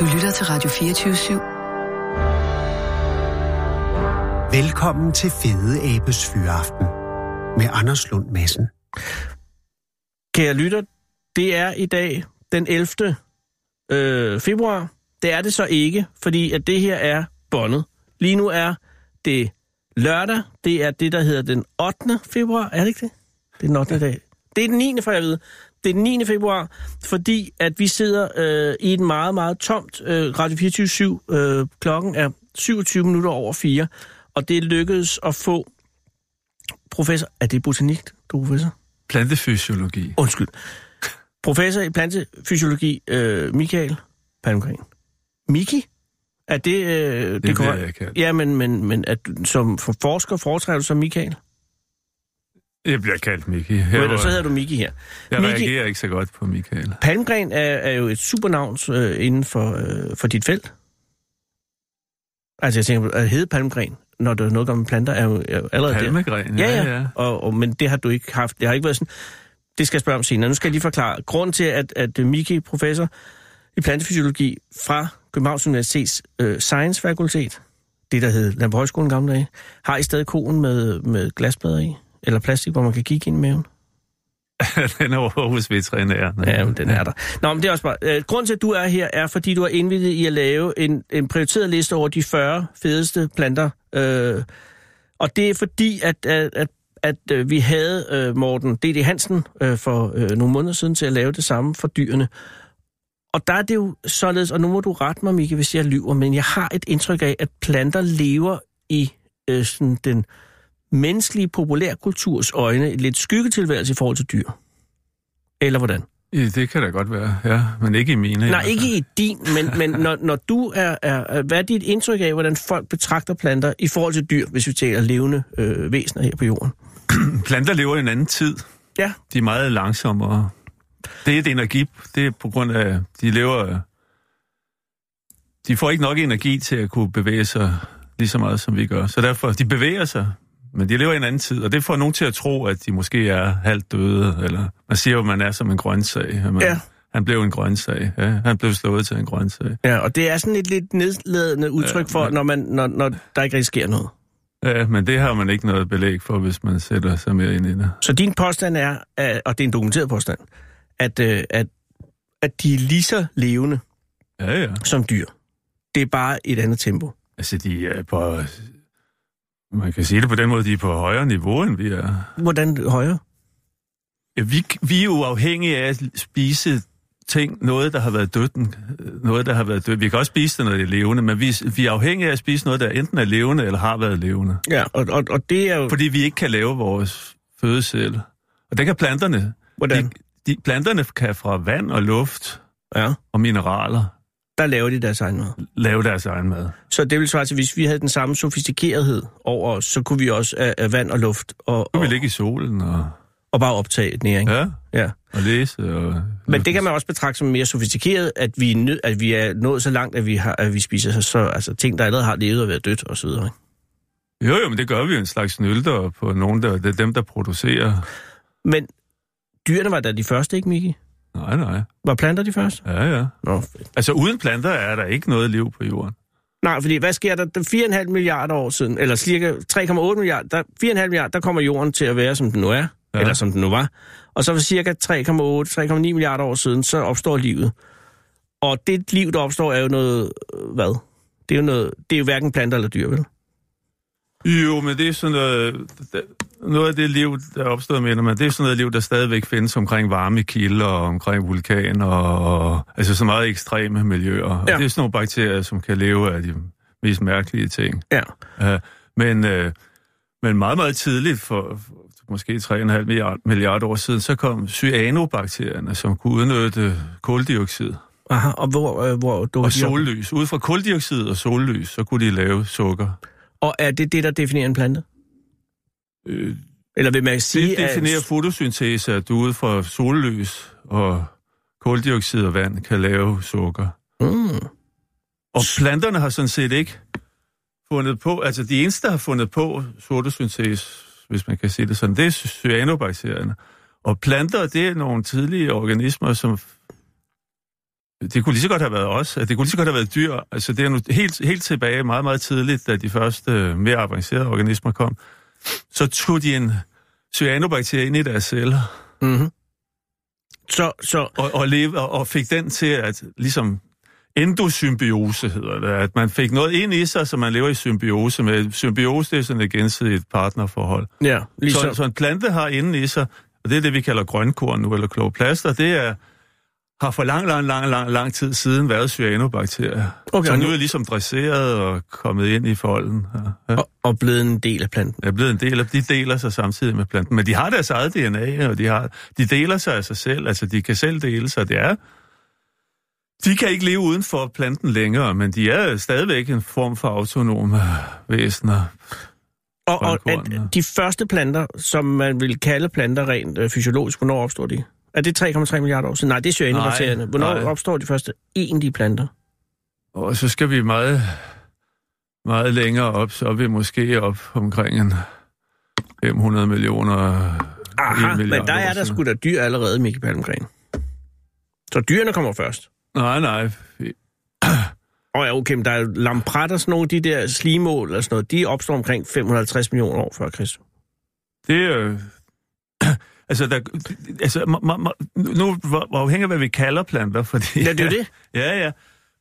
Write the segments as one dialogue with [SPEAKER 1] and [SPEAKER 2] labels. [SPEAKER 1] Du lytter til Radio 24
[SPEAKER 2] Velkommen til Fede Abes Fyraften med Anders Lund Madsen.
[SPEAKER 3] Kære lytter, det er i dag den 11. Øh, februar. Det er det så ikke, fordi at det her er bondet. Lige nu er det lørdag. Det er det, der hedder den 8. februar. Er det ikke det? Det er den 8. dag. Det er den 9. for jeg ved. Det er den 9. februar, fordi at vi sidder øh, i et meget, meget tomt øh, Radio 24-7. Øh, klokken er 27 minutter over 4, og det lykkedes at få professor... Er det botanik, du er professor?
[SPEAKER 4] Plantefysiologi.
[SPEAKER 3] undskyld. Professor i plantefysiologi, øh, Michael Palmgren. Miki? Er det, øh, det,
[SPEAKER 4] bliver
[SPEAKER 3] korrekt?
[SPEAKER 4] jeg kaldt.
[SPEAKER 3] Ja, men, men, men at, som for- forsker foretræder du som Michael?
[SPEAKER 4] Jeg bliver kaldt Miki. Jeg,
[SPEAKER 3] Ja, men, så
[SPEAKER 4] jeg,
[SPEAKER 3] hedder du Miki her.
[SPEAKER 4] jeg
[SPEAKER 3] Miki-
[SPEAKER 4] reagerer ikke så godt på Michael.
[SPEAKER 3] Palmgren er, er jo et supernavn øh, inden for, øh, for dit felt. Altså, jeg tænker, at hedde Palmgren, når der er noget der med planter, er jo er jo allerede der.
[SPEAKER 4] Palmegren,
[SPEAKER 3] Ja, ja. ja. Og, og, men det har du ikke haft. Det har ikke været sådan... Det skal jeg spørge om senere. Nu skal jeg lige forklare. Grunden til, at, at Miki, professor i plantefysiologi fra Københavns Universitets øh, Science Fakultet, det der hed Landbrugshøjskolen i gamle dage, har i stedet koen med, med glasplader i, eller plastik, hvor man kan kigge ind i maven.
[SPEAKER 4] den er over hos veterinæren.
[SPEAKER 3] Ja, men den er der. Nå, men det er også bare... Øh, grunden til, at du er her, er, fordi du har indvildet i at lave en, en prioriteret liste over de 40 fedeste planter. Øh, og det er fordi, at, at, at, at øh, vi havde øh, Morten D.D. Hansen øh, for øh, nogle måneder siden til at lave det samme for dyrene. Og der er det jo således, og nu må du rette mig, Mikke, hvis jeg lyver, men jeg har et indtryk af, at planter lever i øh, sådan den menneskelige populærkulturs øjne et lidt skyggetilværelse i forhold til dyr. Eller hvordan?
[SPEAKER 4] Ja, det kan da godt være, ja. Men ikke i mine. i hvert
[SPEAKER 3] Nej,
[SPEAKER 4] fald.
[SPEAKER 3] ikke i din, men, men når, når du er, er... er- Hvad er dit indtryk af, hvordan folk betragter planter i forhold til dyr, hvis vi taler levende øh, væsener her på jorden?
[SPEAKER 4] Planter lever i en anden tid.
[SPEAKER 3] Ja.
[SPEAKER 4] De er meget langsommere. Det er et energi. Det er på grund af, de lever... De får ikke nok energi til at kunne bevæge sig lige så meget, som vi gør. Så derfor, de bevæger sig, men de lever i en anden tid. Og det får nogen til at tro, at de måske er halvt døde, eller man siger jo, at man er som en grøntsag. at Man,
[SPEAKER 3] Ja.
[SPEAKER 4] Han blev en grøntsag. Ja, han blev slået til en grøntsag.
[SPEAKER 3] Ja, og det er sådan et lidt nedladende udtryk
[SPEAKER 4] Ja,
[SPEAKER 3] for,
[SPEAKER 4] men-
[SPEAKER 3] når, man, når, når der ikke rigtig sker noget.
[SPEAKER 4] Ja, men det har man ikke noget belæg for, hvis man sætter sig mere ind i det.
[SPEAKER 3] Så din påstand er, at- og det er en dokumenteret påstand, at, øh, at, at de er lige så levende
[SPEAKER 4] Ja, ja.
[SPEAKER 3] som dyr. Det er bare et andet tempo.
[SPEAKER 4] Altså, de er på... Man kan sige det på den måde, de er på højere niveau, end vi er.
[SPEAKER 3] Hvordan højere?
[SPEAKER 4] Ja, Vi, vi er jo afhængige af at spise ting, noget, der har været døden. Noget, der har været død. Vi kan også spise det, når det er levende, men vi, vi er afhængige af at spise noget, der enten er levende eller har været levende.
[SPEAKER 3] Ja, og, og, og det er jo...
[SPEAKER 4] Fordi vi ikke kan lave vores føde selv. Og det kan planterne.
[SPEAKER 3] Hvordan?
[SPEAKER 4] De, de, planterne kan fra vand og luft
[SPEAKER 3] Ja,
[SPEAKER 4] og mineraler
[SPEAKER 3] der laver de deres egen mad.
[SPEAKER 4] lave deres egen mad.
[SPEAKER 3] Så det ville svare til, hvis vi havde den samme sofistikerethed over os, så kunne vi også af, af vand og luft og,
[SPEAKER 4] Du
[SPEAKER 3] og,
[SPEAKER 4] vil ligge i solen og,
[SPEAKER 3] og bare optage næring. Ja.
[SPEAKER 4] ja,
[SPEAKER 3] ja.
[SPEAKER 4] og læse. Og,
[SPEAKER 3] Men det kan man også betragte som mere sofistikeret, at vi, er nød, at vi er nået så langt, at vi, har, at vi spiser så, så, altså, ting, der allerede har levet og været dødt osv.
[SPEAKER 4] Jo, jo, men det gør vi jo en slags nylder på nogen, der, det er dem, der producerer.
[SPEAKER 3] Men dyrene var da de første, ikke Miki?
[SPEAKER 4] Nej, nej.
[SPEAKER 3] Var planter de første?
[SPEAKER 4] Ja, ja.
[SPEAKER 3] Nå, fedt.
[SPEAKER 4] Altså, uden planter er der ikke noget liv på jorden.
[SPEAKER 3] Nej, fordi hvad sker der? Der 4,5 milliarder år siden, eller cirka 3,8 milliarder, der, 4,5 milliarder, der kommer jorden til at være, som den nu er, ja.
[SPEAKER 4] Ja.
[SPEAKER 3] eller som den nu var. Og så for cirka 3,8-3,9 milliarder år siden, så opstår livet. Og det liv, der opstår, er jo noget, øh, hvad? Det er jo, noget, det er jo hverken planter eller dyr, vel?
[SPEAKER 4] Jo, men det er sådan noget... Noget af det liv, der er opstået, mener man, det er sådan noget liv, der stadigvæk findes omkring varme kilder og omkring vulkaner og... Altså så meget ekstreme miljøer. Ja.
[SPEAKER 3] Ja.
[SPEAKER 4] Og det er sådan nogle bakterier, som kan leve af de mest mærkelige ting.
[SPEAKER 3] Ja.
[SPEAKER 4] Ja, men, øh, men meget, meget tidligt, for, for måske 3,5 milliard, milliard år siden, så kom cyanobakterierne, som kunne udnytte koldioxid
[SPEAKER 3] Aha, og hvor, øh, hvor dukker
[SPEAKER 4] og
[SPEAKER 3] de op?
[SPEAKER 4] sollys. Ud fra koldioxid og sollys, så kunne de lave sukker.
[SPEAKER 3] Og er det det, der definerer en plante?
[SPEAKER 4] Øh,
[SPEAKER 3] Eller vil man sige,
[SPEAKER 4] det definerer
[SPEAKER 3] at...
[SPEAKER 4] fotosyntese, at du ud fra sollys og koldioxid og vand kan lave sukker.
[SPEAKER 3] Mm,
[SPEAKER 4] Og planterne har sådan set ikke fundet på, altså de eneste, der har fundet på fotosyntese, hvis man kan sige det sådan, det er cyanobakterierne. Og planter, det er nogle tidlige organismer, som det kunne lige så godt have været os. at Det kunne lige så godt have været dyr. Altså, det er nu helt, helt tilbage meget, meget tidligt, da de første øh, mere avancerede organismer kom. Så tog de en cyanobakterie ind i deres celler
[SPEAKER 3] Mm-hmm. Så, så,
[SPEAKER 4] og, og, leve, og, og fik den til at ligesom endosymbiose hedder det, at man fik noget ind i sig, så man lever i symbiose med. Symbiose, det er sådan et gensidigt partnerforhold.
[SPEAKER 3] ja,
[SPEAKER 4] Ligesom... Så,
[SPEAKER 3] ligesom,
[SPEAKER 4] så en plante har inde i sig, og det er det, vi kalder grønkorn nu, eller kloplaster, det er, har for lang, lang, lang, lang, lang tid siden været cyanobakterier.
[SPEAKER 3] Okay,
[SPEAKER 4] Okay, så
[SPEAKER 3] og
[SPEAKER 4] nu
[SPEAKER 3] nu-
[SPEAKER 4] er det ligesom dresseret og kommet ind i folden. Ja, ja.
[SPEAKER 3] og, og blevet en del af planten.
[SPEAKER 4] Jeg er blevet en del af, de deler sig samtidig med planten, men de har deres eget DNA, og de, har, de deler sig af sig selv, altså de kan selv dele sig, det er... De kan ikke leve uden for planten længere, men de er stadigvæk en form for autonome væsener.
[SPEAKER 3] Og, og at
[SPEAKER 4] Grønkornene.
[SPEAKER 3] de første planter, som man vil kalde planter rent øh, fysiologisk, hvornår opstår de? Er det 3,3 milliarder år siden? Nej, det er cyanobakterierne.
[SPEAKER 4] Nej,
[SPEAKER 3] Hvornår
[SPEAKER 4] nej.
[SPEAKER 3] opstår de første egentlige planter?
[SPEAKER 4] Og så skal vi meget, meget længere op, så er vi måske op omkring en 500 millioner.
[SPEAKER 3] Aha,
[SPEAKER 4] en milliard
[SPEAKER 3] men der
[SPEAKER 4] år
[SPEAKER 3] er der
[SPEAKER 4] siden.
[SPEAKER 3] sgu da dyr allerede, Mikkel Palmgren. Så dyrene kommer først.
[SPEAKER 4] Nej, nej.
[SPEAKER 3] Og ja, okay, men der er jo lampret og sådan nogle, de der slimål og sådan noget, de opstår omkring 550 millioner år før Kristus.
[SPEAKER 4] Det er øh, Altså, der, altså ma, ma, ma, nu hvor- hvor afhænger af, hvad vi kalder planter, fordi...
[SPEAKER 3] Ja, det er jo det.
[SPEAKER 4] Ja, ja.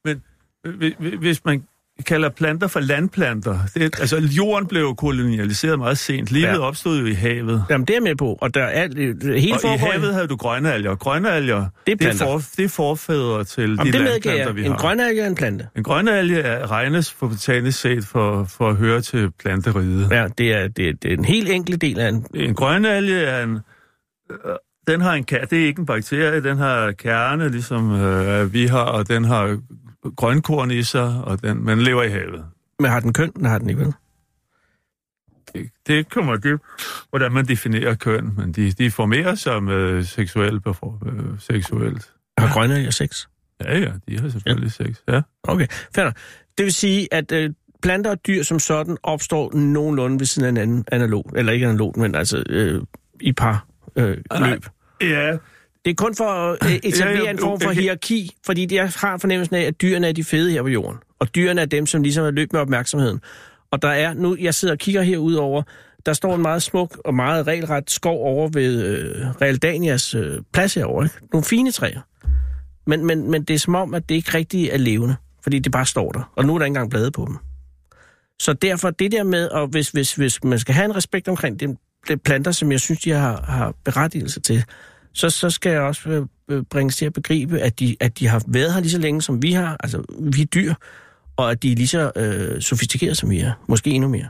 [SPEAKER 4] Men øh, hvi- hvi- hvis man kalder planter for landplanter... Det, altså, jorden blev jo kolonialiseret meget sent. Livet
[SPEAKER 3] Ja.
[SPEAKER 4] ja. opstod jo i havet.
[SPEAKER 3] Jamen, det er jeg med på. Og der er alt, øh, det hele
[SPEAKER 4] Og i
[SPEAKER 3] foregår...
[SPEAKER 4] havet havde du grønalger. Grønalger,
[SPEAKER 3] Det er
[SPEAKER 4] det er,
[SPEAKER 3] planter.
[SPEAKER 4] for, det er forfædre til
[SPEAKER 3] Jamen,
[SPEAKER 4] de
[SPEAKER 3] det medgiver
[SPEAKER 4] landplanter,
[SPEAKER 3] jeg.
[SPEAKER 4] vi
[SPEAKER 3] En
[SPEAKER 4] har.
[SPEAKER 3] grønalge er en plante.
[SPEAKER 4] En grønalge er, regnes for botanisk set for, for at høre til planteriget. Ja.
[SPEAKER 3] Ja, det er, det, er, det er en helt enkel del af en...
[SPEAKER 4] En grønalge er en... øh, Den har en kerne, det er ikke en bakterie, den har kerne, ligesom øh, vi har, og den har grønkorn i sig, og den, men lever i havet.
[SPEAKER 3] Men har den køn? Nej, har den ikke, vel?
[SPEAKER 4] Det- Det kommer det, hvordan man definerer køn, men de, de formerer sig med seksuel, befru- øh, seksuelt.
[SPEAKER 3] Har grønalger sex?
[SPEAKER 4] Ja, ja, de har selvfølgelig ja. sex, ja.
[SPEAKER 3] Okay, fair nok. Det vil sige, at øh, planter og dyr som sådan opstår nogenlunde ved siden af hinanden analog, eller ikke analog, men altså øh, i par øh,
[SPEAKER 4] nej.
[SPEAKER 3] løb.
[SPEAKER 4] Ja,
[SPEAKER 3] Det er kun for at øh, etablere
[SPEAKER 4] Ja,
[SPEAKER 3] ja,
[SPEAKER 4] ja,
[SPEAKER 3] en form for
[SPEAKER 4] okay.
[SPEAKER 3] hierarki, fordi jeg har fornemmelsen af, at dyrene er de fede her på jorden, og dyrene er dem, som ligesom er løb med opmærksomheden. Og der er, nu jeg sidder og kigger herudover, der står en meget smuk og meget regelret skov over ved øh, Realdanias øh, plads herovre. Ikke? Nogle fine træer. Men, men, men det er som om, at det ikke rigtig er levende, fordi det bare står der, og nu er der ikke engang blade på dem. Så derfor det der med, og hvis, hvis, hvis man skal have en respekt omkring det, det planter, som jeg synes, de har, har berettigelse til, så, så skal jeg også øh, øh, bringes til at begribe, at de, at de har været her lige så længe, som vi har, altså vi er dyr, og at de er lige så øh, sofistikerede, som vi er. Måske endnu mere.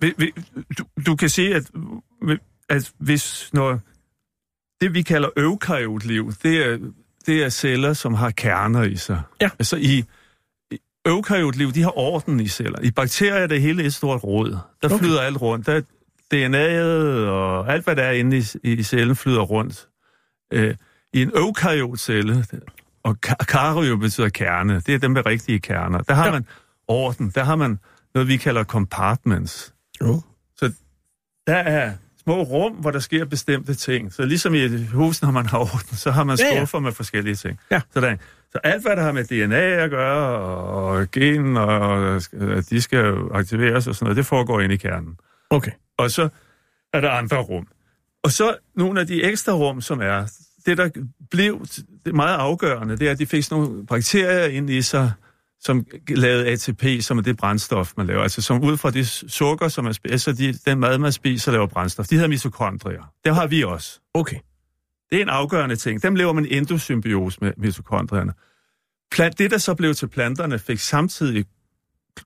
[SPEAKER 4] Vi- vi- du, du kan se, at, at hvis når det, vi kalder eukaryotliv, det er, det er celler, som har kerner i sig.
[SPEAKER 3] Ja.
[SPEAKER 4] Altså i, i eukaryotliv, de har orden i celler. I bakterier er det hele et stort rod. Der
[SPEAKER 3] Okay.
[SPEAKER 4] okay. flyder alt rundt. Der er DNA'et og alt, hvad der er inde i, i cellen, flyder rundt. Øh, I en eukaryotcelle, og ka- kario betyder kerne, det er dem med rigtige kerner, der har
[SPEAKER 3] Ja.
[SPEAKER 4] ja. man orden, der har man noget, vi kalder compartments.
[SPEAKER 3] Jo.
[SPEAKER 4] Der er små rum, hvor der sker bestemte ting. Så ligesom i et hus, når man har orden, så har man
[SPEAKER 3] Ja, ja.
[SPEAKER 4] skuffer med forskellige ting.
[SPEAKER 3] Ja.
[SPEAKER 4] Sådan. Så alt, hvad der har med DNA at gøre, og gen, og at de skal aktiveres og sådan noget, det foregår inde i kernen.
[SPEAKER 3] Okay.
[SPEAKER 4] Og så er der andre rum. Og så nogle af de ekstra rum, som er, det der blev det er meget afgørende, det er, at de fik sådan nogle bakterier ind i sig, som lavede ATP, som er det brændstof, man laver. Altså som ud fra det sukker, som man spiser, altså de, den mad, man spiser, laver brændstof. De hedder mitokondrier. Det har vi også.
[SPEAKER 3] Okay.
[SPEAKER 4] Det er en afgørende ting. Dem lever man endosymbiose med mitokondrierne. Plant, det, der så blev til planterne, fik samtidig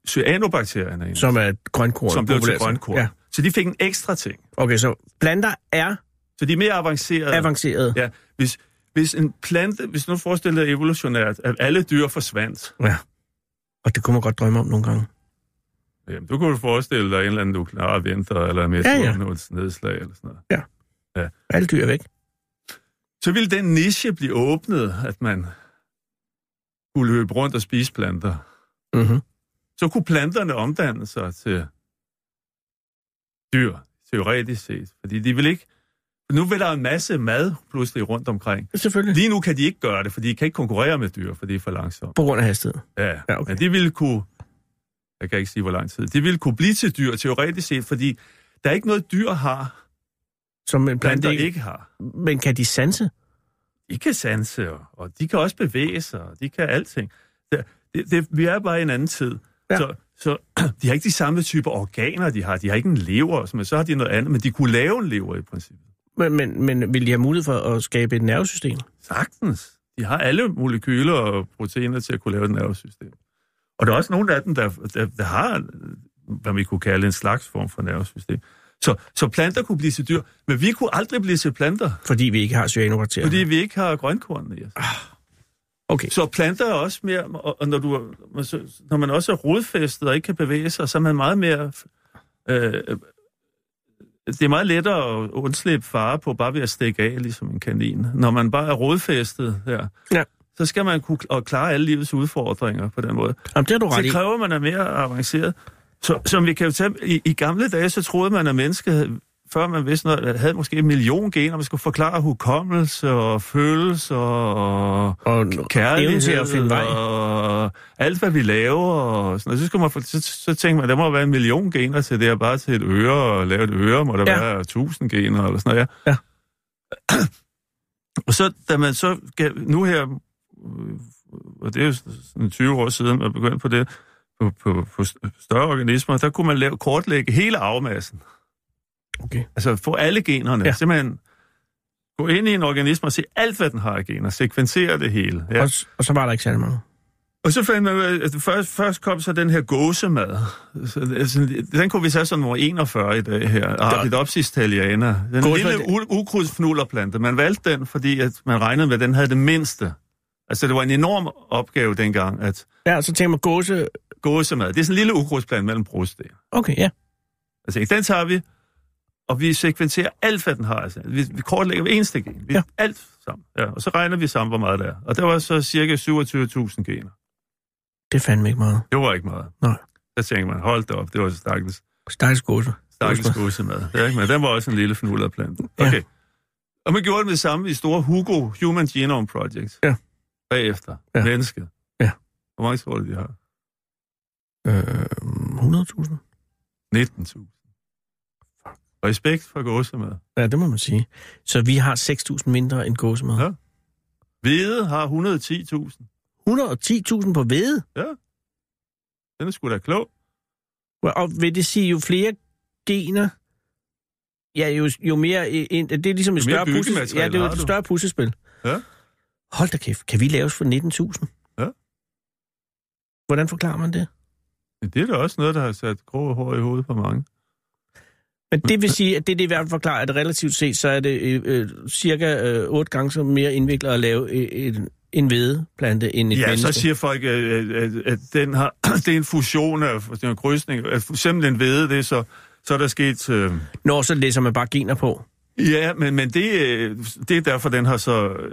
[SPEAKER 4] cyanobakterierne ind,
[SPEAKER 3] Som er et grønkorn.
[SPEAKER 4] som blev til
[SPEAKER 3] populært sagt.
[SPEAKER 4] grønkorn.
[SPEAKER 3] Ja.
[SPEAKER 4] Ja. Så de fik en ekstra ting.
[SPEAKER 3] Okay, så planter er
[SPEAKER 4] Så de er mere avancerede.
[SPEAKER 3] avancerede.
[SPEAKER 4] ja, hvis, hvis en plante, hvis nu forestiller dig evolutionært, at alle dyr forsvandt,
[SPEAKER 3] Ja. Og det kunne man godt drømme om nogle gange.
[SPEAKER 4] jamen, du kunne jo forestille dig en eller anden nuklear vinter, eller en
[SPEAKER 3] Ja, ja.
[SPEAKER 4] meteornedslag, eller sådan noget.
[SPEAKER 3] Alle dyr er væk.
[SPEAKER 4] Så ville den niche blive åbnet, at man kunne løbe rundt og spise planter.
[SPEAKER 3] Mm-hmm.
[SPEAKER 4] Så kunne planterne omdanne sig til dyr, teoretisk set. Fordi de vil ikke Nu vil der en masse mad pludselig rundt omkring.
[SPEAKER 3] Selvfølgelig.
[SPEAKER 4] Lige nu kan de ikke gøre det, for de kan ikke konkurrere med dyr, for de er for langsomme.
[SPEAKER 3] På grund af hastighed.
[SPEAKER 4] Ja,
[SPEAKER 3] Ja,
[SPEAKER 4] ja
[SPEAKER 3] okay.
[SPEAKER 4] okay. men de ville kunne... Jeg kan ikke sige, hvor lang tid. De ville kunne blive til dyr, teoretisk set, fordi der er ikke noget, dyr har,
[SPEAKER 3] Som en plante
[SPEAKER 4] planter
[SPEAKER 3] ikke.
[SPEAKER 4] ikke har.
[SPEAKER 3] Men kan de sanse?
[SPEAKER 4] De kan sanse, og- og de kan også bevæge sig, og de kan alting. Det, det, det, vi er bare i en anden tid.
[SPEAKER 3] Ja.
[SPEAKER 4] Ja. Så, så de har ikke de samme typer organer, de har. De har ikke en lever, men så har de noget andet. Men de kunne lave en lever i princippet.
[SPEAKER 3] Men, men, men vil de have mulighed for at skabe et nervesystem?
[SPEAKER 4] Sagtens. De har alle molekyler og proteiner til at kunne lave et nervesystem. Og der er også nogle af dem, der, der, der har, hvad vi kunne kalde en slags form for nervesystem. Så, så planter kunne blive til dyr, men vi kunne aldrig blive til planter,
[SPEAKER 3] Fordi vi ikke har cyanobakterier.
[SPEAKER 4] fordi vi ikke har grønkorn i os.
[SPEAKER 3] Okay,
[SPEAKER 4] Så planter er også mere, og, og når, du, er- så- når man også er rodfæstet og ikke kan bevæge sig, så er man meget mere... Øh, det er meget lettere at undslippe fare på bare ved at stikke af, ligesom en kanin. Når man bare er rodfæstet her,
[SPEAKER 3] Ja.
[SPEAKER 4] så skal man kunne og klare alle livets udfordringer på den måde.
[SPEAKER 3] Jamen, det har du ret i.
[SPEAKER 4] Så kræver man er mere avanceret. Så, som vi kan jo tage, i, I gamle dage, så troede man, at mennesket, havde- før man vidste noget, havde måske en million gener, man skulle forklare hukommelse og følelser og
[SPEAKER 3] Og
[SPEAKER 4] kærlighed
[SPEAKER 3] evnen til at finde vej.
[SPEAKER 4] og alt, hvad vi laver. Og sådan noget. Så, skal man, få- så, så tænker man, der må være en million gener til det, og bare til et øre, og lave et øre, må der
[SPEAKER 3] Ja.
[SPEAKER 4] ja. være tusind gener, eller sådan noget.
[SPEAKER 3] Ja.
[SPEAKER 4] og så, da man så, gav- nu her, øh, og det er jo sådan 20 år siden, man begyndte på det, på, på, på større organismer, der kunne man lave, kortlægge hele arvemassen.
[SPEAKER 3] Okay.
[SPEAKER 4] Altså få alle generne.
[SPEAKER 3] Ja.
[SPEAKER 4] Ja. Simpelthen gå ind i en organisme og se alt, hvad den har af gener. Sekvensere det hele.
[SPEAKER 3] Ja. Og, og så var der ikke særlig mange.
[SPEAKER 4] Og så fandt man, ud af, at først, først kom så den her gåsemad. Så, altså, den kunne vi tage som nummer 41 i dag her. Arpidopsis thaliana. Den
[SPEAKER 3] Gåsemad-
[SPEAKER 4] lille u- ukrudtsfnullerplante. Man valgte den, fordi at man regnede med, at den havde det mindste. Altså, det var en enorm opgave dengang, at
[SPEAKER 3] Ja, så tænker man gåse...
[SPEAKER 4] gåsemad, det er sådan en lille ukrudtsplante mellem brosten.
[SPEAKER 3] Okay, ja.
[SPEAKER 4] Altså, ikke? den tager vi, og vi sekventerer alt, hvad den har. Altså. Vi, vi kortlægger hver eneste gen. Vi,
[SPEAKER 3] Ja.
[SPEAKER 4] ja. Alt sammen. Ja, og så regner vi sammen, hvor meget der er. Og der var så cirka 27.000 gener.
[SPEAKER 3] Det er fandme ikke meget.
[SPEAKER 4] Det var ikke meget.
[SPEAKER 3] Nej.
[SPEAKER 4] Der tænkte man, hold da op, det var så stakkels,
[SPEAKER 3] Stakkels gåse.
[SPEAKER 4] stakkels godsemad. Ja, ikke? Men den var også en lille fnullet plante.
[SPEAKER 3] Ja.
[SPEAKER 4] Okay. Og man gjorde det med det samme i store Hugo Human Genome Project.
[SPEAKER 3] Ja.
[SPEAKER 4] Bagefter.
[SPEAKER 3] Ja.
[SPEAKER 4] Ja. Mennesket.
[SPEAKER 3] Ja.
[SPEAKER 4] Hvor mange tror du, de har?
[SPEAKER 3] Øh, 100.000?
[SPEAKER 4] 19.000. Respekt for gåsemad.
[SPEAKER 3] Ja, det må man sige. Så vi har 6.000 mindre end gåsemad.
[SPEAKER 4] Ja. Hvide har 110.000.
[SPEAKER 3] 110.000 på hvede?
[SPEAKER 4] Den er sgu da klog.
[SPEAKER 3] Og vil det sige, jo flere gener, ja, jo, jo mere... øh, En, det er ligesom et
[SPEAKER 4] Jo mere
[SPEAKER 3] større, pusles,
[SPEAKER 4] byggemateriale
[SPEAKER 3] ja, det er jo
[SPEAKER 4] har
[SPEAKER 3] et
[SPEAKER 4] du.
[SPEAKER 3] større puslespil.
[SPEAKER 4] Ja.
[SPEAKER 3] Hold da kæft, kan vi laves for 19.000?
[SPEAKER 4] Ja.
[SPEAKER 3] Hvordan forklarer man det?
[SPEAKER 4] Men det er da også noget, der har sat grå hår i hovedet på mange.
[SPEAKER 3] Men det vil sige, at det, det i hvert fald forklarer, at relativt set, så er det øh, øh, cirka øh, otte gange så mere indviklet at lave øh, en, en vedeplante end et
[SPEAKER 4] ja,
[SPEAKER 3] menneske.
[SPEAKER 4] så siger folk, at, at, at, at den har, det er en fusion af det er en krydsning. At simpelthen ved det, så, så er der sket... Øh,
[SPEAKER 3] Når så læser man bare gener på.
[SPEAKER 4] ja, men, men det, øh, det er derfor, den har så øh,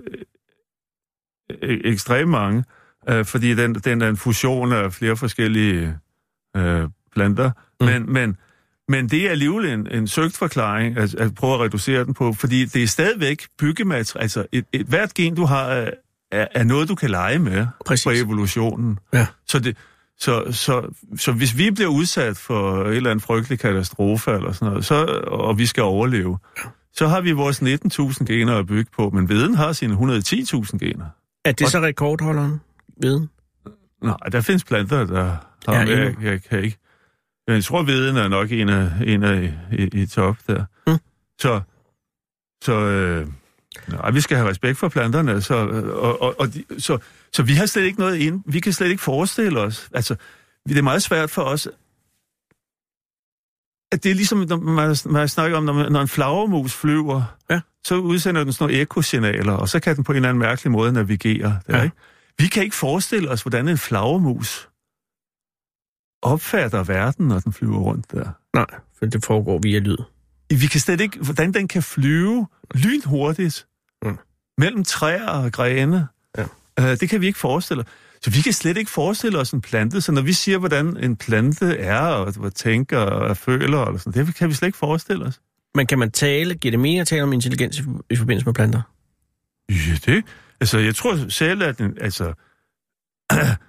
[SPEAKER 4] øh, ekstremt mange. Øh, fordi den, den er en fusion af flere forskellige øh, planter.
[SPEAKER 3] Mm.
[SPEAKER 4] Mm. Men, men, men det er alligevel en, en søgt forklaring at, at prøve at reducere den på, fordi det er stadigvæk byggemateriale. Altså, et, et, hvert gen, du har, er, er er noget, du kan lege med
[SPEAKER 3] Præcis.
[SPEAKER 4] på evolutionen.
[SPEAKER 3] Ja.
[SPEAKER 4] Så, det, så, så, så hvis vi bliver udsat for en eller anden frygtelig katastrofe eller sådan noget, så, og vi skal overleve, så har vi vores 19.000 gener at bygge på, men veden har sine 110.000 gener.
[SPEAKER 3] Er det så rekordholderen? Veden?
[SPEAKER 4] Nej, der findes planter, der har
[SPEAKER 3] Ja,
[SPEAKER 4] ja, jeg,
[SPEAKER 3] endnu.
[SPEAKER 4] jeg kan ikke. Jeg tror, viden er nok en af, en af i, i, i top der.
[SPEAKER 3] Mm.
[SPEAKER 4] Så, så øh, nej, vi skal have respekt for planterne. Så, øh, og, og, og de, så, så vi har slet ikke noget ind. Vi kan slet ikke forestille os. Altså, vi- det er meget svært for os. At det er ligesom, når man, man snakker om, når, man, når en flagermus flyver,
[SPEAKER 3] Ja.
[SPEAKER 4] så udsender den sådan nogle ekosignaler, og så kan den på en eller anden mærkelig måde navigere. Der,
[SPEAKER 3] Ja.
[SPEAKER 4] ja. ikke? Vi kan ikke forestille os, hvordan en flagermus opfatter verden, når den flyver rundt der.
[SPEAKER 3] Nej, for det foregår via lyd.
[SPEAKER 4] Vi kan slet ikke, hvordan den kan flyve lynhurtigt
[SPEAKER 3] Mm.
[SPEAKER 4] mm. mellem træer og grene.
[SPEAKER 3] Ja.
[SPEAKER 4] Øh, det kan vi ikke forestille os. Så vi kan slet ikke forestille os en plante. Så når vi siger, hvordan en plante er, og hvad tænker og føler, og sådan, det kan vi slet ikke forestille os.
[SPEAKER 3] Men kan man tale, giver det mening at tale om intelligens i, i forbindelse med planter?
[SPEAKER 4] Ja, det. Altså, jeg tror selv, at den, altså,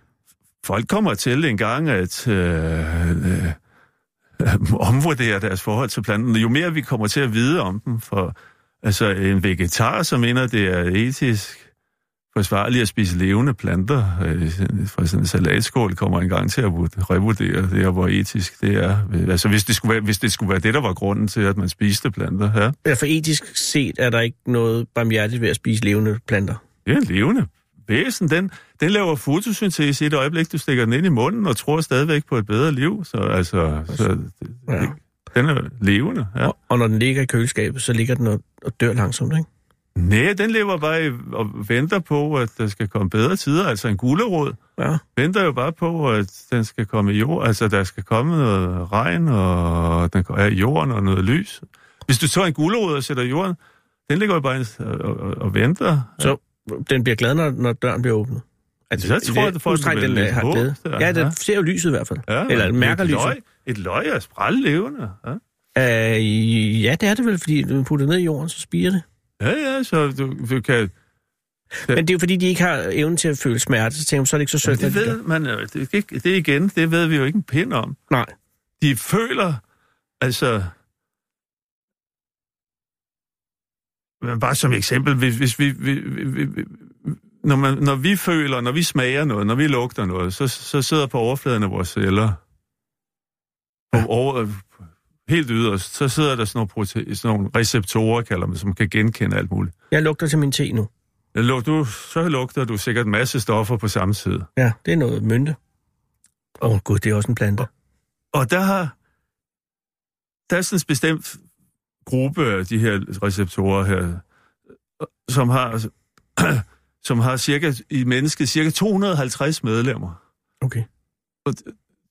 [SPEAKER 4] folk kommer til en gang at øh, øh, øh, omvurdere deres forhold til planterne. Jo mere vi kommer til at vide om dem, for altså, en vegetar, som mener, det er etisk forsvarligt at spise levende planter øh, sådan- fra sådan en salatskål, kommer en gang til at vurd- revurdere det, og hvor etisk det er. Altså, hvis det, skulle være, hvis det skulle være det, der var grunden til, at man spiste planter, ja.
[SPEAKER 3] Ja, for etisk set er der ikke noget barmhjertigt ved at spise levende planter.
[SPEAKER 4] Det er en levende væsen. Den, den laver fotosyntese i et øjeblik, du stikker den ind i munden og tror stadigvæk på et bedre liv. Så altså, så, det-
[SPEAKER 3] Ja.
[SPEAKER 4] den er levende. Ja.
[SPEAKER 3] Og, og når den ligger i køleskabet, så ligger den og, og dør langsomt, ikke?
[SPEAKER 4] Nej, den lever bare i, og venter på, at der skal komme bedre tider. Altså en gulerod
[SPEAKER 3] Ja.
[SPEAKER 4] venter jo bare på, at den skal komme i jord. Altså der skal komme noget regn og den, ja, jorden og noget lys. Hvis du tager en gulerod og sætter i jorden, den ligger jo bare i- og, og, og venter.
[SPEAKER 3] Så den bliver glad, når, når døren bliver åbnet.
[SPEAKER 4] Så
[SPEAKER 3] i
[SPEAKER 4] tror
[SPEAKER 3] det
[SPEAKER 4] jeg, at folk
[SPEAKER 3] udstræk,
[SPEAKER 4] vil
[SPEAKER 3] den
[SPEAKER 4] læse
[SPEAKER 3] øh, har
[SPEAKER 4] bog
[SPEAKER 3] glæde.
[SPEAKER 4] der,
[SPEAKER 3] Ja,
[SPEAKER 4] ja.
[SPEAKER 3] den ser jo lyset i hvert fald.
[SPEAKER 4] Ja,
[SPEAKER 3] Eller den mærker
[SPEAKER 4] et
[SPEAKER 3] lyset.
[SPEAKER 4] løg, et løg er sprællevende. Ja.
[SPEAKER 3] Øh, ja, det er det vel, fordi du putter det ned i jorden, så spiger det.
[SPEAKER 4] Ja, ja, så du, du kan... Ja.
[SPEAKER 3] Men det er jo fordi, de ikke har evnen til at føle smerte, så tænker man, så er det ikke så sødt.
[SPEAKER 4] Det
[SPEAKER 3] når de
[SPEAKER 4] ved man, øh, det, er ikke- det er igen, det ved vi jo ikke en pind om.
[SPEAKER 3] gør. Nej.
[SPEAKER 4] De føler, altså... Men bare som eksempel, hvis, hvis vi... vi, vi, vi når, man, når vi føler, når vi smager noget, når vi lugter noget, så, så sidder på overfladen af vores celler, på over, helt yderst, så sidder der sådan nogle, prote, sådan nogle receptorer, kalder man, som kan genkende alt muligt.
[SPEAKER 3] Jeg lugter til min te nu.
[SPEAKER 4] Lug- Du, så lugter du sikkert en masse stoffer på samme tid.
[SPEAKER 3] Ja, det er noget mynte. Åh oh, gud, det er også en plante.
[SPEAKER 4] Og der har... Der er sådan en bestemt gruppe af de her receptorer her, som har, som har cirka, i mennesket cirka 250 medlemmer.
[SPEAKER 3] Okay.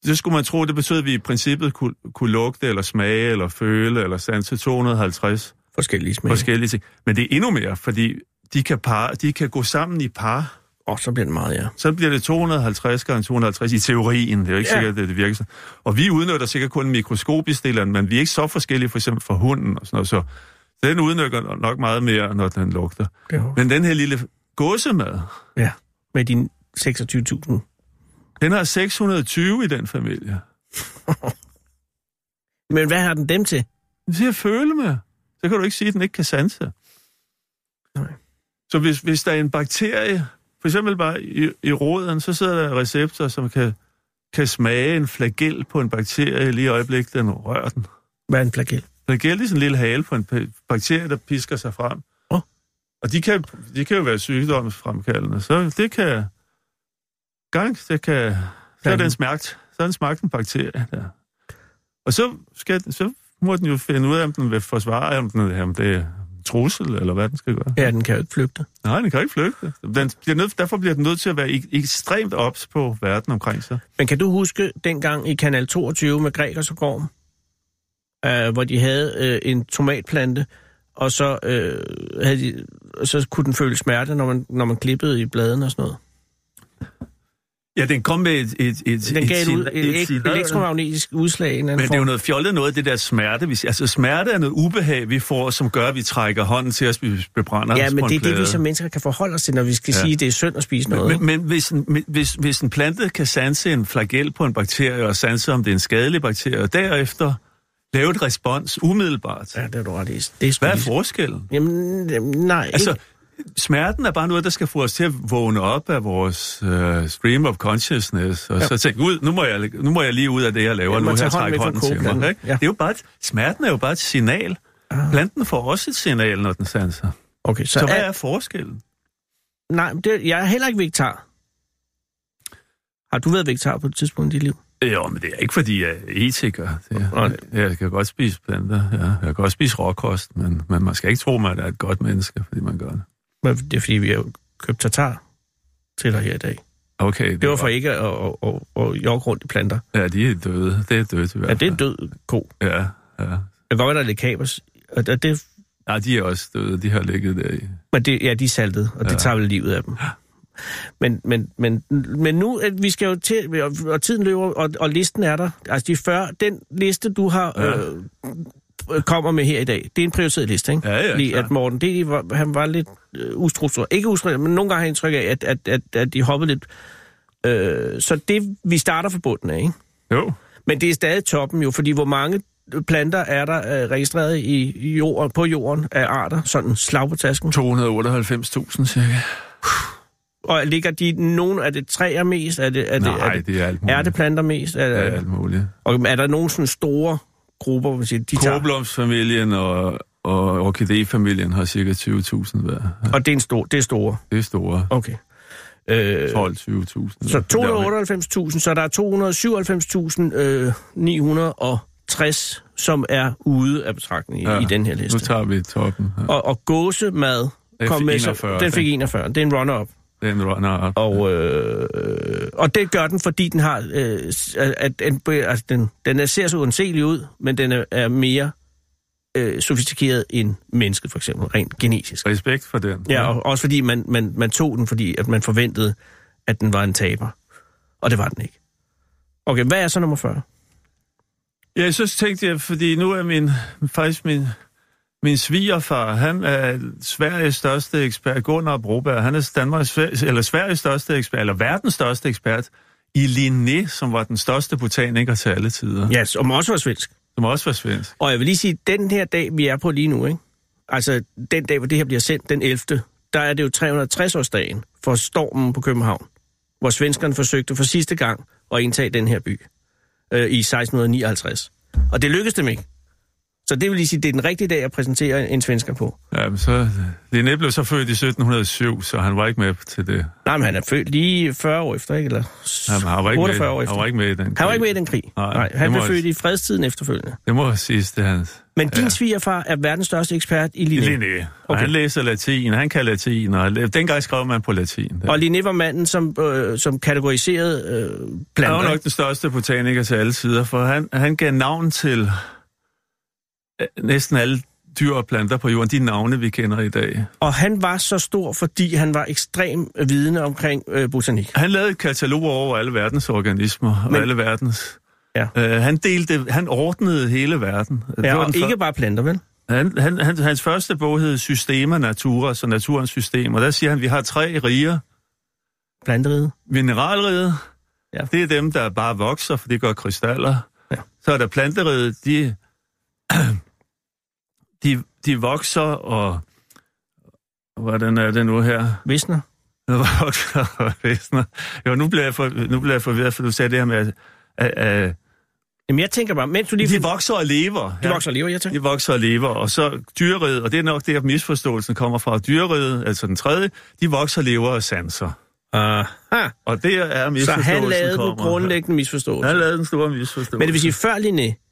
[SPEAKER 4] Det skulle man tro, det betød, at vi i princippet kunne, kunne lugte, eller smage, eller føle, eller sanse 250
[SPEAKER 3] Forskellige smage. Åh,
[SPEAKER 4] forskellige ting. Men det er endnu mere, fordi de kan, par, de kan gå sammen i par,
[SPEAKER 3] oh, så bliver det meget, ja.
[SPEAKER 4] så bliver det 250 gange 250 i teorien. Det er jo ikke
[SPEAKER 3] Ja.
[SPEAKER 4] ja. sikkert, at det virker sådan. Og vi udnytter sikkert kun en mikroskopisk del af den, men vi er ikke så forskellige for eksempel fra hunden og sådan noget. Så den udnytter nok meget mere, når den lugter.
[SPEAKER 3] Det er
[SPEAKER 4] Men den her lille gåsemad,
[SPEAKER 3] ja. Med dine 26.000.
[SPEAKER 4] den har 620 i den familie.
[SPEAKER 3] Men hvad har den dem til?
[SPEAKER 4] Den siger, føle med. Så kan du ikke sige, at den ikke kan sanse.
[SPEAKER 3] Nej.
[SPEAKER 4] Så hvis, hvis der er en bakterie, for eksempel bare i, i roden, så sidder der receptorer, som kan, kan smage en flagel på en bakterie lige i øjeblikket, den rører den.
[SPEAKER 3] Hvad er en flagel?
[SPEAKER 4] Der gælder lige sådan en lille hale på en pe- bakterie, der pisker sig frem.
[SPEAKER 3] Åh.
[SPEAKER 4] Og de kan, de kan jo være sygdomsfremkaldende. Så det kan... Gang, det kan... Så er
[SPEAKER 3] Planten.
[SPEAKER 4] den smagt. Så er den smagt en bakterie. Der. Og så, skal, den- så må den jo finde ud af, om den vil forsvare, om, den, om det er en trussel, eller hvad den skal gøre.
[SPEAKER 3] Ja, den kan jo ikke flygte.
[SPEAKER 4] Nej, den kan ikke flygte. Den bliver nødt, derfor bliver den nødt til at være ek- ekstremt ops på verden omkring sig.
[SPEAKER 3] Men kan du huske dengang i Kanal 22 med Gregers og Gorm, øh, hvor de havde øh, en tomatplante, og så, øh, havde de, og så kunne den føle smerte, når man, når man klippede i bladene og sådan noget?
[SPEAKER 4] Ja, den kom med et... et, et
[SPEAKER 3] Den gav et, ud,
[SPEAKER 4] signal-
[SPEAKER 3] et, et, et elektromagnetisk udslag. i En
[SPEAKER 4] Men
[SPEAKER 3] anden
[SPEAKER 4] det er jo
[SPEAKER 3] form.
[SPEAKER 4] noget fjollet noget, det der smerte. Vi, altså smerte er noget ubehag, vi får, som gør, at vi trækker hånden til os, hvis vi bebrænder
[SPEAKER 3] Ja,
[SPEAKER 4] os på
[SPEAKER 3] men
[SPEAKER 4] en
[SPEAKER 3] det er det, vi
[SPEAKER 4] plade.
[SPEAKER 3] som mennesker kan forholde os til, når vi skal ja.
[SPEAKER 4] Ja.
[SPEAKER 3] sige, at det er synd at spise noget. Men,
[SPEAKER 4] Men, men hvis, en, men hvis, hvis en plante kan sanse en flagel på en bakterie, og sanse, om det er en skadelig bakterie, og derefter lave et respons umiddelbart.
[SPEAKER 3] ja, det er du ret i. Det er sgu
[SPEAKER 4] Hvad er
[SPEAKER 3] lige-
[SPEAKER 4] forskellen?
[SPEAKER 3] Jamen, jamen, nej.
[SPEAKER 4] Altså,
[SPEAKER 3] ikke.
[SPEAKER 4] smerten er bare noget, der skal få os til at vågne op af vores øh, stream of consciousness, og ja. så tænke, ud, nu må, jeg, nu må jeg lige ud af det, jeg laver
[SPEAKER 3] Jeg må
[SPEAKER 4] nu
[SPEAKER 3] tage hånden
[SPEAKER 4] her, trække
[SPEAKER 3] væk fra
[SPEAKER 4] hånden til
[SPEAKER 3] kogeplanten.
[SPEAKER 4] mig. Ikke?
[SPEAKER 3] Ja.
[SPEAKER 4] Ja. Det er jo bare et, smerten er jo bare et signal. Planten får også et signal, når den sanser.
[SPEAKER 3] Ah, Okay, så,
[SPEAKER 4] Så,
[SPEAKER 3] så
[SPEAKER 4] hvad
[SPEAKER 3] er,
[SPEAKER 4] er forskellen?
[SPEAKER 3] nej, men det, jeg er heller ikke vegetar. Har du været vegetar på et tidspunkt i dit liv?
[SPEAKER 4] Jo, men det er ikke, fordi jeg er etiker. Det er,
[SPEAKER 3] Nej.
[SPEAKER 4] jeg kan godt spise planter, ja. jeg kan godt spise råkost, men, men man skal ikke tro mig, at jeg er et godt menneske, fordi man gør det.
[SPEAKER 3] Men det er fordi, vi har jo købt tartar til dig her i dag.
[SPEAKER 4] Okay,
[SPEAKER 3] Det var for ikke at, at, at, at jogge rundt i planter.
[SPEAKER 4] Ja, de er døde. Det er dødt i hvert
[SPEAKER 3] Ja,
[SPEAKER 4] fald.
[SPEAKER 3] det er en død ko.
[SPEAKER 4] Ja, ja.
[SPEAKER 3] Det kan godt være, der er lidt kabers. Og og det,
[SPEAKER 4] Nej, de er også døde. De har ligget der i
[SPEAKER 3] men det, ja, de er saltet, og det
[SPEAKER 4] Ja.
[SPEAKER 3] tager vel livet af dem. Men, men, men, men nu, at vi skal jo til, og- og tiden løber, og, og listen er der. Altså de 40, den liste, du har
[SPEAKER 4] Ja.
[SPEAKER 3] øh, øh, kommer med her i dag, det er en prioriteret liste, ikke?
[SPEAKER 4] Ja, ja,
[SPEAKER 3] Fordi
[SPEAKER 4] klart.
[SPEAKER 3] at Morten det var, han var lidt øh, ustruktureret. Ikke ustruktureret, men nogle gange har jeg indtryk af, at, at, at, at de hoppede lidt. Øh, så det, vi starter fra bunden af, ikke?
[SPEAKER 4] Jo.
[SPEAKER 3] Men det er stadig toppen jo, fordi hvor mange planter er der øh, registreret i i jorden, på jorden af arter, sådan slag på tasken?
[SPEAKER 4] 298.000 cirka.
[SPEAKER 3] Og ligger de nogen, er det træer mest, er det, er det, er
[SPEAKER 4] Nej,
[SPEAKER 3] det,
[SPEAKER 4] det er alt muligt.
[SPEAKER 3] er det planter mest? Er,
[SPEAKER 4] Ja,
[SPEAKER 3] ja,
[SPEAKER 4] alt muligt.
[SPEAKER 3] Og er der nogen sådan store grupper, hvor man siger, de tager,
[SPEAKER 4] Korblomsfamilien og, og orkidéfamilien har cirka 20.000 hver.
[SPEAKER 3] og det er, en stor, det er store?
[SPEAKER 4] Det er store.
[SPEAKER 3] Okay. Øh,
[SPEAKER 4] 12-20.000.
[SPEAKER 3] så
[SPEAKER 4] 298.
[SPEAKER 3] 298.000, så der er 297.960, som er ude af betragtning i, ja, i den her liste.
[SPEAKER 4] Nu tager vi toppen. Ja.
[SPEAKER 3] Og, og gåsemad
[SPEAKER 4] Den
[SPEAKER 3] kom
[SPEAKER 4] fik
[SPEAKER 3] med, så,
[SPEAKER 4] 41,
[SPEAKER 3] den fik
[SPEAKER 4] ikke?
[SPEAKER 3] 41. Det er en runner-up.
[SPEAKER 4] Den runner up.
[SPEAKER 3] Og, øh, og det gør den, fordi den har... Øh, at den, altså den, den er, ser så uanselig ud, men den er, er mere øh, sofistikeret end mennesket, for eksempel, rent genetisk.
[SPEAKER 4] Respekt for den.
[SPEAKER 3] Ja, og også fordi man, man, man tog den, fordi at man forventede, at den var en taber. Og det var den ikke. Okay, hvad er så nummer 40?
[SPEAKER 4] Ja, så tænkte jeg, fordi nu er min, faktisk min, min svigerfar, han er Sveriges største ekspert, Gunnar Broberg, han er Danmarks, eller Sveriges største ekspert, eller verdens største ekspert, i Linné, som var den største botaniker til alle tider, ja.
[SPEAKER 3] Ja, som også var svensk.
[SPEAKER 4] som også var svensk.
[SPEAKER 3] Og jeg vil lige sige, den her dag, vi er på lige nu, ikke? altså den dag, hvor det her bliver sendt, den 11., der er det jo 360-årsdagen for stormen på København, hvor svenskerne forsøgte for sidste gang at indtage den her by øh, i 1659. Og det lykkedes dem ikke. Så det vil lige sige, det er den rigtige dag at præsentere en svensker på.
[SPEAKER 4] Ja, men så, Linné blev så født i 1707, så han var ikke med til det.
[SPEAKER 3] Nej, men han er født lige 40 år efter, ikke? Eller
[SPEAKER 4] Han, han var ikke
[SPEAKER 3] 48
[SPEAKER 4] med,
[SPEAKER 3] år efter.
[SPEAKER 4] Han var ikke med i den.
[SPEAKER 3] han var
[SPEAKER 4] krig.
[SPEAKER 3] ikke med i den krig.
[SPEAKER 4] Nej, det
[SPEAKER 3] han
[SPEAKER 4] må
[SPEAKER 3] blev
[SPEAKER 4] jeg-
[SPEAKER 3] født i fredstiden efterfølgende.
[SPEAKER 4] Det må siges, det er hans.
[SPEAKER 3] Men din
[SPEAKER 4] Ja.
[SPEAKER 3] svigerfar er verdens største ekspert i linje.
[SPEAKER 4] Linné.
[SPEAKER 3] Okay.
[SPEAKER 4] Okay. Han læser latin, han kan latin, og la- dengang skrev man på latin.
[SPEAKER 3] Og Linné var manden, som, øh, som kategoriserede øh, planter.
[SPEAKER 4] Han var nok den største botaniker til alle sider, for han, han gav navn til øh, næsten alle dyr og planter på jorden, de navne, vi kender i dag.
[SPEAKER 3] Og han var så stor, fordi han var ekstrem vidende omkring øh, botanik.
[SPEAKER 4] Han lavede et katalog over alle verdens organismer og
[SPEAKER 3] Men-
[SPEAKER 4] alle verdens...
[SPEAKER 3] Ja.
[SPEAKER 4] Øh, han delte, han ordnede hele verden. Det
[SPEAKER 3] Ja,
[SPEAKER 4] var
[SPEAKER 3] og
[SPEAKER 4] den før-
[SPEAKER 3] ikke bare planter, vel?
[SPEAKER 4] han, han, han, hans første bog hed Systema Natura, så naturens system, og der siger han, at vi har tre riger.
[SPEAKER 3] Planteriget.
[SPEAKER 4] Mineralriget,
[SPEAKER 3] Ja.
[SPEAKER 4] ja. det er dem, der bare vokser, for det gør krystaller.
[SPEAKER 3] Ja.
[SPEAKER 4] Så er der planteriget, de, de, de vokser og... Hvordan er det nu her?
[SPEAKER 3] Visner.
[SPEAKER 4] Nu vokser og visner. Jo, nu bliver jeg, for, nu bliver jeg forvirret, for du sagde det her med, at, at, at
[SPEAKER 3] Jamen, jeg tænker bare, mens du lige...
[SPEAKER 4] de vokser og lever.
[SPEAKER 3] de vokser og lever, jeg tænker.
[SPEAKER 4] De vokser og lever, og så dyreriget, og det er nok der, misforståelsen kommer fra. Dyreriget, altså den tredje, de vokser, lever og sanser.
[SPEAKER 3] Aha.
[SPEAKER 4] Og der er
[SPEAKER 3] Ah. Så
[SPEAKER 4] misforståelsen
[SPEAKER 3] han lavede
[SPEAKER 4] kommer.
[SPEAKER 3] den grundlæggende misforståelse.
[SPEAKER 4] Han lavede en stor misforståelse.
[SPEAKER 3] Men det vil sige, før Linné,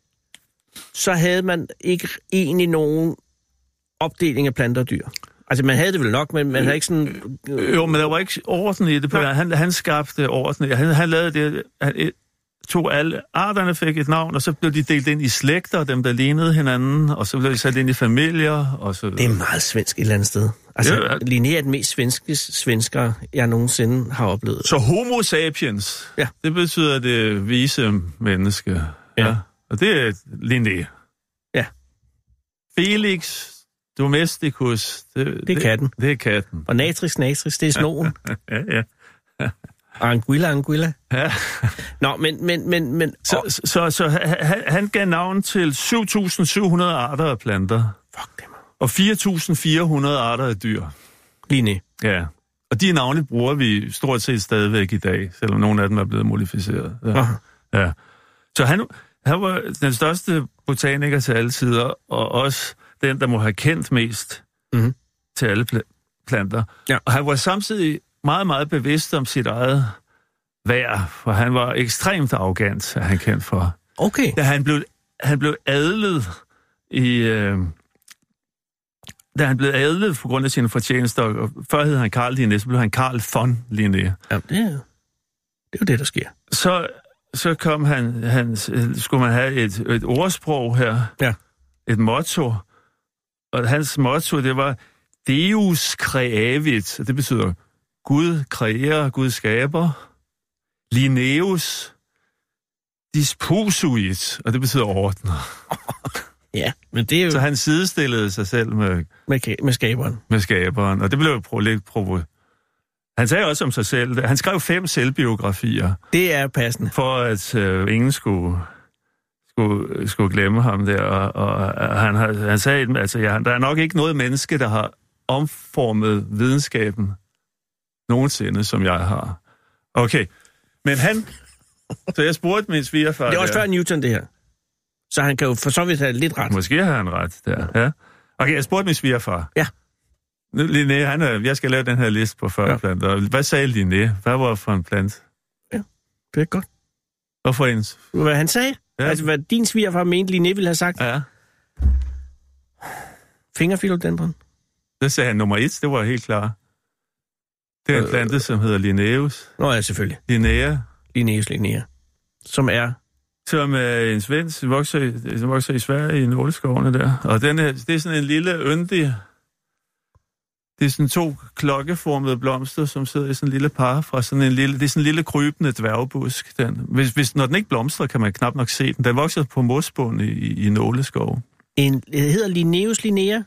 [SPEAKER 3] så havde man ikke egentlig nogen opdeling af planter og dyr. Altså, man havde det vel nok, men man havde ikke sådan... øh,
[SPEAKER 4] Jo, men der var ikke orden i det. På han, han skabte orden. i det. Han, han lavede det... Han eh, tog alle arterne, fik et navn, og så blev de delt ind i slægter, dem der lignede hinanden, og så blev de sat ind i familier, og så...
[SPEAKER 3] Det er meget svensk et eller andet sted. Altså,
[SPEAKER 4] Ja,
[SPEAKER 3] ja,
[SPEAKER 4] ja.
[SPEAKER 3] Linné er den mest svenske svensker, jeg nogensinde har oplevet.
[SPEAKER 4] Så homo sapiens,
[SPEAKER 3] Ja.
[SPEAKER 4] det betyder det vise menneske.
[SPEAKER 3] Ja.
[SPEAKER 4] Og det er Linné.
[SPEAKER 3] Ja.
[SPEAKER 4] Felix domesticus, det, det,
[SPEAKER 3] katten.
[SPEAKER 4] Det er katten.
[SPEAKER 3] Og natrix, natrix, det er snogen.
[SPEAKER 4] Ja, ja.
[SPEAKER 3] Og anguilla, anguilla.
[SPEAKER 4] ja.
[SPEAKER 3] Nå, men, men, men, men... Så, oh,
[SPEAKER 4] Så, så, så han, han gav navn til 7.700 arter af planter,
[SPEAKER 3] fuck det, man.
[SPEAKER 4] og 4.400 arter af dyr.
[SPEAKER 3] Linné.
[SPEAKER 4] Ja. Og de navne bruger vi stort set stadigvæk i dag, selvom nogle af dem er blevet modificeret. Ja.
[SPEAKER 3] Aha.
[SPEAKER 4] ja. Så han, han var den største botaniker til alle tider, og også den, der må have kendt mest
[SPEAKER 3] Mhm.
[SPEAKER 4] mm-hmm. til alle pla- planter.
[SPEAKER 3] Ja.
[SPEAKER 4] Og han var samtidig meget, meget bevidst om sit eget værd, for han var ekstremt arrogant, er han kendt for.
[SPEAKER 3] Okay.
[SPEAKER 4] Da han blev, han blev adlet i... Øh, da han blev adlet på grund af sine fortjenester, og før hed han Karl Linné, så blev han Karl von Linné.
[SPEAKER 3] Jamen, det, er, det er jo det, der sker.
[SPEAKER 4] Så, så kom han, han, skulle man have et, et ordsprog her,
[SPEAKER 3] Ja.
[SPEAKER 4] et motto, og hans motto, det var Deus creavit, og det betyder Gud kreerer, Gud skaber, Linnaeus disposuit, og det betyder ordner.
[SPEAKER 3] Ja, men det er jo
[SPEAKER 4] Så han sidestillede sig selv med,
[SPEAKER 3] med, ka- med skaberen.
[SPEAKER 4] med skaberen, og det blev jo pro- lidt provo. Han sagde også om sig selv, han skrev fem selvbiografier,
[SPEAKER 3] Det er passende.
[SPEAKER 4] for at øh, ingen skulle, skulle, skulle glemme ham der. Og, og, og han, har, han sagde, i dem, altså, ja, der er nok ikke noget menneske, der har omformet videnskaben nogensinde, som jeg har. Okay, men han... Så jeg spurgte min svigerfar...
[SPEAKER 3] Det er også
[SPEAKER 4] der.
[SPEAKER 3] før Newton, det her. Så han kan jo for så vidt have lidt ret.
[SPEAKER 4] Måske har han ret der, ja. Okay, jeg spurgte min svigerfar.
[SPEAKER 3] Ja.
[SPEAKER 4] Nu, Linné, han er, jeg skal lave den her liste på 40
[SPEAKER 3] Ja.
[SPEAKER 4] ja. planter. Hvad sagde Linné? Hvad var det for en plante?
[SPEAKER 3] Det er godt.
[SPEAKER 4] Hvad for ens?
[SPEAKER 3] Hvad han sagde? Ja.
[SPEAKER 4] Ja.
[SPEAKER 3] Altså, hvad din svigerfar mente, Linné ville have sagt. Ja.
[SPEAKER 4] Ja.
[SPEAKER 3] Fingerfilodendron.
[SPEAKER 4] Det sagde han nummer et, det var helt klart. Det er en
[SPEAKER 3] Øh.
[SPEAKER 4] plante, som hedder Linnaeus.
[SPEAKER 3] Nå ja, selvfølgelig.
[SPEAKER 4] Linnea,
[SPEAKER 3] Linnaeus Linnea. Som er...
[SPEAKER 4] som er en svensk, vokser, i- som vokser i Sverige i nåleskovene der. Og den er, det er sådan en lille yndig... Det er sådan to klokkeformede blomster, som sidder i sådan en lille par fra sådan en lille... Det er sådan en lille krybende dværgbusk. Den. Hvis, hvis, når den ikke blomstrer, kan man knap nok se den. Den vokser på mosbund i, i, i nåleskov.
[SPEAKER 3] En, det hedder Linnaeus Linnea.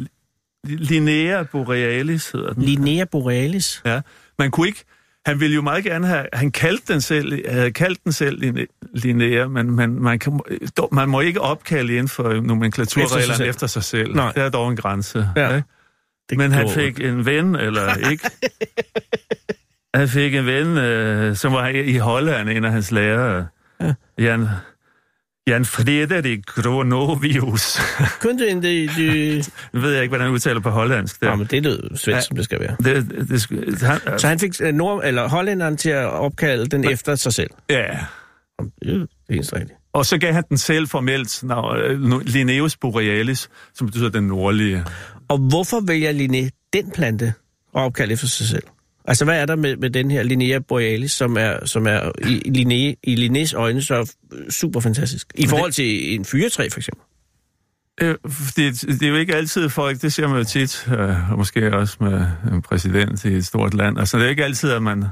[SPEAKER 4] Linnea borealis hedder den.
[SPEAKER 3] Linnea Borealis.
[SPEAKER 4] Ja. Man kunne ikke... Han ville jo meget gerne have... Han kaldte den selv, havde kaldt den selv Linne- Linnea, men man, man, kan, dog- man må ikke opkalde inden for
[SPEAKER 3] Efter sig
[SPEAKER 4] nomenklaturreglerne
[SPEAKER 3] selv.
[SPEAKER 4] efter sig selv.
[SPEAKER 3] Nej.
[SPEAKER 4] Der er dog en grænse.
[SPEAKER 3] Ja.
[SPEAKER 4] ikke?
[SPEAKER 3] Det
[SPEAKER 4] Men han
[SPEAKER 3] gjorde-
[SPEAKER 4] fik en ven, eller ikke... han fik en ven, øh, som var i i Holland, en af hans lærere.
[SPEAKER 3] Ja.
[SPEAKER 4] Jan, Jan Frederik Gronovius.
[SPEAKER 3] Kun det, det, det...
[SPEAKER 4] nu ved jeg ikke, hvordan han udtaler på hollandsk.
[SPEAKER 3] Ja.
[SPEAKER 4] Der.
[SPEAKER 3] Nå, men det lød svensk, ja.
[SPEAKER 4] Ja.
[SPEAKER 3] som det skal være.
[SPEAKER 4] det, det, det, han,
[SPEAKER 3] Så han fik øh, nord, eller hollænderen til at opkalde den efter sig selv.
[SPEAKER 4] ja.
[SPEAKER 3] Om- Det er helt rigtigt.
[SPEAKER 4] Og så gav han den selv formelt navn, øh, nu- Linnaeus borealis, som betyder den nordlige.
[SPEAKER 3] Og hvorfor vælger Linné den plante at opkalde efter sig selv? Altså, hvad er der med, med den her Linnea Borealis, som er, som er i, i Linné, i Linnés øjne så øh, super fantastisk? I forhold til en fyretræ, for eksempel.
[SPEAKER 4] Øh, Det, det er jo ikke altid folk, det ser man jo tit, øh, og måske også med en præsident i et stort land. Altså, det er jo ikke altid, at man,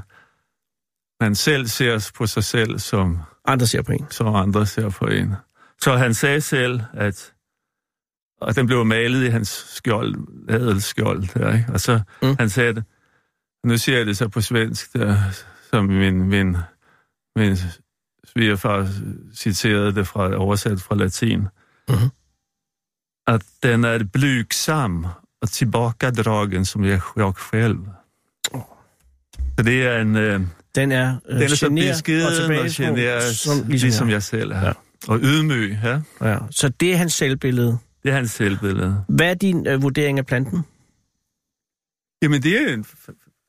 [SPEAKER 4] man selv ser på sig selv, som,
[SPEAKER 3] Andre ser på en.
[SPEAKER 4] som andre ser på en. Så han sagde selv, at og den blev malet i hans skjold, adelsskjold der, ikke? Og så
[SPEAKER 3] Mm.
[SPEAKER 4] mm. han sagde, det. nu siger jeg det så på svensk, der, som min, min, min svigerfar citerede det fra, oversat fra latin.
[SPEAKER 3] Mhm.
[SPEAKER 4] At den er blygsam og tilbakadragen som jeg, jeg selv. Så det er en... Øh,
[SPEAKER 3] Den er, øh,
[SPEAKER 4] den er så
[SPEAKER 3] genert
[SPEAKER 4] beskeden og, og
[SPEAKER 3] tilbageskuende,
[SPEAKER 4] generet,
[SPEAKER 3] som,
[SPEAKER 4] som,
[SPEAKER 3] ligesom,
[SPEAKER 4] ligesom
[SPEAKER 3] jeg.
[SPEAKER 4] jeg selv er.
[SPEAKER 3] Ja.
[SPEAKER 4] Ja. Og ydmyg, ja.
[SPEAKER 3] Ja. Så det er hans selvbillede.
[SPEAKER 4] Det er hans selvbillede.
[SPEAKER 3] Hvad er din øh, vurdering af planten?
[SPEAKER 4] Jamen, det er en,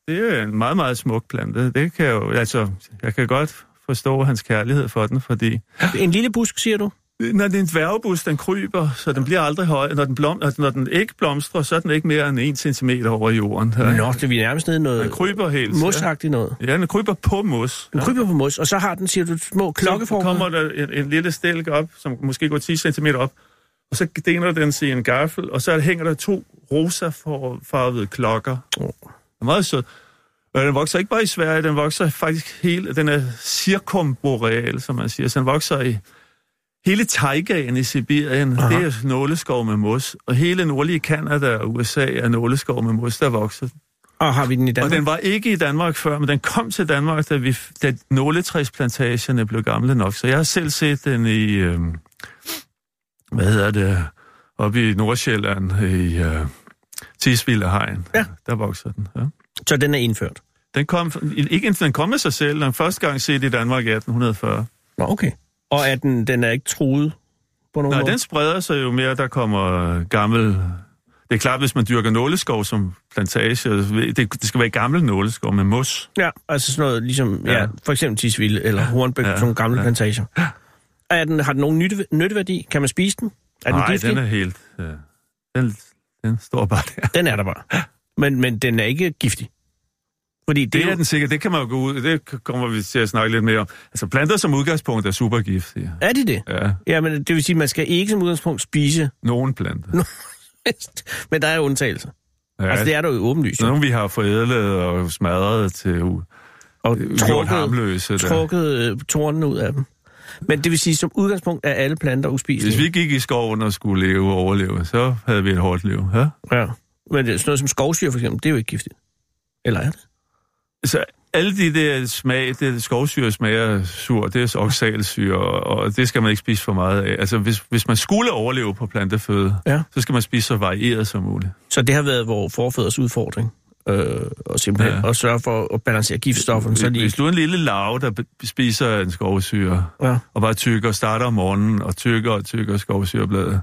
[SPEAKER 4] det er en meget, meget smuk plante. Det kan jeg jo, altså, jeg kan godt forstå hans kærlighed for den, fordi...
[SPEAKER 3] En lille busk, siger du?
[SPEAKER 4] Når det er en dværgebus, den kryber, så den bliver aldrig høj. Når den, blom, altså, når den ikke blomstrer, så er den ikke mere end en centimeter over jorden. Ja.
[SPEAKER 3] Nå, det er vi nærmest nede i noget
[SPEAKER 4] Den kryber helt. ja.
[SPEAKER 3] mosagtigt noget.
[SPEAKER 4] ja, den kryber på mos.
[SPEAKER 3] Den kryber på mos, og så har den, siger du, små
[SPEAKER 4] Så kommer
[SPEAKER 3] klokkeformer.
[SPEAKER 4] der en, en lille stilk op, som måske går 10 cm op, og så deler den sig i en gaffel, og så hænger der to rosafarvede klokker.
[SPEAKER 3] Åh.
[SPEAKER 4] Den er meget sød. Og den vokser ikke bare i Sverige, den vokser faktisk hele, den er cirkumboreal, som man siger, så den vokser i hele taigaen i Sibirien,
[SPEAKER 3] Aha.
[SPEAKER 4] Aha. det er nåleskov med mos, og hele nordlige Kanada og USA er nåleskov med mos, der vokser
[SPEAKER 3] Og har vi den i Danmark?
[SPEAKER 4] og den var ikke i Danmark før, men den kom til Danmark, da, vi, da nåletræsplantagerne blev gamle nok. Så jeg har selv set den i, øh, hvad hedder det, oppe i Nordsjælland, i øh, Tisvilde Hegn.
[SPEAKER 3] Ja.
[SPEAKER 4] Der vokser den. Ja.
[SPEAKER 3] Så den er indført.
[SPEAKER 4] Den kom, ikke indtil den kom af sig selv, den er første gang set i Danmark i 1840.
[SPEAKER 3] Nå, okay. Og er den, den er ikke truet på nogen
[SPEAKER 4] Nej,
[SPEAKER 3] måde?
[SPEAKER 4] den spreder sig jo mere, der kommer øh, gammel... Det er klart, hvis man dyrker nåleskov som plantage, det, det skal være gammel nåleskov med mos.
[SPEAKER 3] Ja, altså sådan noget, ligesom, ja,
[SPEAKER 4] Ja.
[SPEAKER 3] for eksempel Tisvilde eller Hornbæk, ja.
[SPEAKER 4] Ja.
[SPEAKER 3] sådan nogle gamle ja.
[SPEAKER 4] Ja.
[SPEAKER 3] plantager. Er den, har den nogen nytte, nytteværdi? Kan man spise den? Er den
[SPEAKER 4] Nej,
[SPEAKER 3] giftig?
[SPEAKER 4] den er helt... Øh, den, den står bare der.
[SPEAKER 3] den er der bare. Men, men den er ikke giftig. Fordi det,
[SPEAKER 4] Det
[SPEAKER 3] jo-
[SPEAKER 4] er den sikkert, det kan man jo gå ud, det kommer vi til at snakke lidt mere om. Altså planter som udgangspunkt er supergiftige.
[SPEAKER 3] Er de det?
[SPEAKER 4] Ja,
[SPEAKER 3] Jamen, det vil sige, at man skal ikke som udgangspunkt spise
[SPEAKER 4] nogen planter.
[SPEAKER 3] Men der er jo undtagelser.
[SPEAKER 4] Ja,
[SPEAKER 3] Ja. Altså, det er der jo åbenlyst.
[SPEAKER 4] nogle vi har forædlet og smadret til u-
[SPEAKER 3] Og
[SPEAKER 4] gjort
[SPEAKER 3] trukket,
[SPEAKER 4] harmløse. Der.
[SPEAKER 3] trukket øh, tornene ud af dem. Men det vil sige, som udgangspunkt er alle planter
[SPEAKER 4] Hvis
[SPEAKER 3] uspiselige.
[SPEAKER 4] vi gik i skoven og skulle leve og overleve, så havde vi et hårdt liv. Ja?
[SPEAKER 3] Ja. Men det er sådan noget som skovsyre, for eksempel, det er jo ikke giftigt. Eller er det?
[SPEAKER 4] Så alle de der smag, det skovsyre smager sur, det er oxalsyre, og og det skal man ikke spise for meget af. Altså, hvis, hvis man skulle overleve på planteføde,
[SPEAKER 3] Ja.
[SPEAKER 4] så skal man spise så varieret som muligt.
[SPEAKER 3] Så det har været vores forfædres udfordring. Øh, og simpelthen ja.
[SPEAKER 4] Ja.
[SPEAKER 3] at sørge for at balancere giftstofferne, så de
[SPEAKER 4] Hvis
[SPEAKER 3] ikke...
[SPEAKER 4] du er en lille larve, der be- spiser en skovsyre,
[SPEAKER 3] Ja.
[SPEAKER 4] og bare tykker, starter om morgenen, og tykker og tykker skovsyrebladet,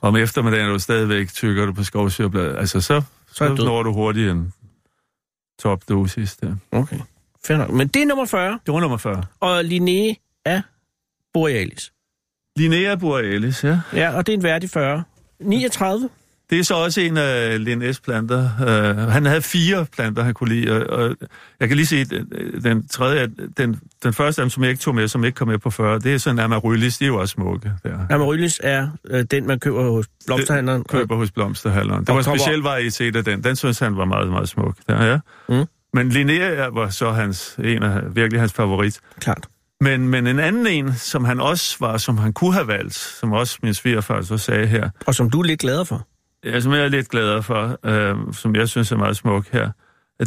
[SPEAKER 4] og om eftermiddagen er du stadigvæk tykker du på skovsyrebladet, altså så,
[SPEAKER 3] Så er
[SPEAKER 4] så,
[SPEAKER 3] jeg
[SPEAKER 4] så
[SPEAKER 3] død.
[SPEAKER 4] når du hurtigt en topdosis der.
[SPEAKER 3] Okay. Fair nok. Men det er nummer 40,
[SPEAKER 4] Det var nummer 40.
[SPEAKER 3] og Linné er Borealis.
[SPEAKER 4] Linnea borealis, ja.
[SPEAKER 3] Ja, og det er en værdig 40. 39.
[SPEAKER 4] Det er så også en af Lin S. planter. Uh, han havde fire planter, han kunne lide. Og, og jeg kan lige se, den, den tredje, den, den første af dem, som jeg ikke tog med, som ikke kom med på 40, det er sådan en amaryllis, de er jo også smukke. Der.
[SPEAKER 3] Amaryllis er øh, den, man køber hos blomsterhandleren.
[SPEAKER 4] køber hos Blomsterhalleren. Det
[SPEAKER 3] Og
[SPEAKER 4] var en
[SPEAKER 3] kommer-
[SPEAKER 4] speciel varietet af den. Den synes han var meget, meget smuk. Der, ja.
[SPEAKER 3] Mm.
[SPEAKER 4] Men Linnea var så hans, en af, virkelig hans favorit.
[SPEAKER 3] Klart.
[SPEAKER 4] Men, men en anden en, som han også var, som han kunne have valgt, som også min svigerfar så sagde her,
[SPEAKER 3] Og som du er lidt gladere for.
[SPEAKER 4] ja, som jeg er lidt gladere for, øh, som jeg synes er meget smuk her,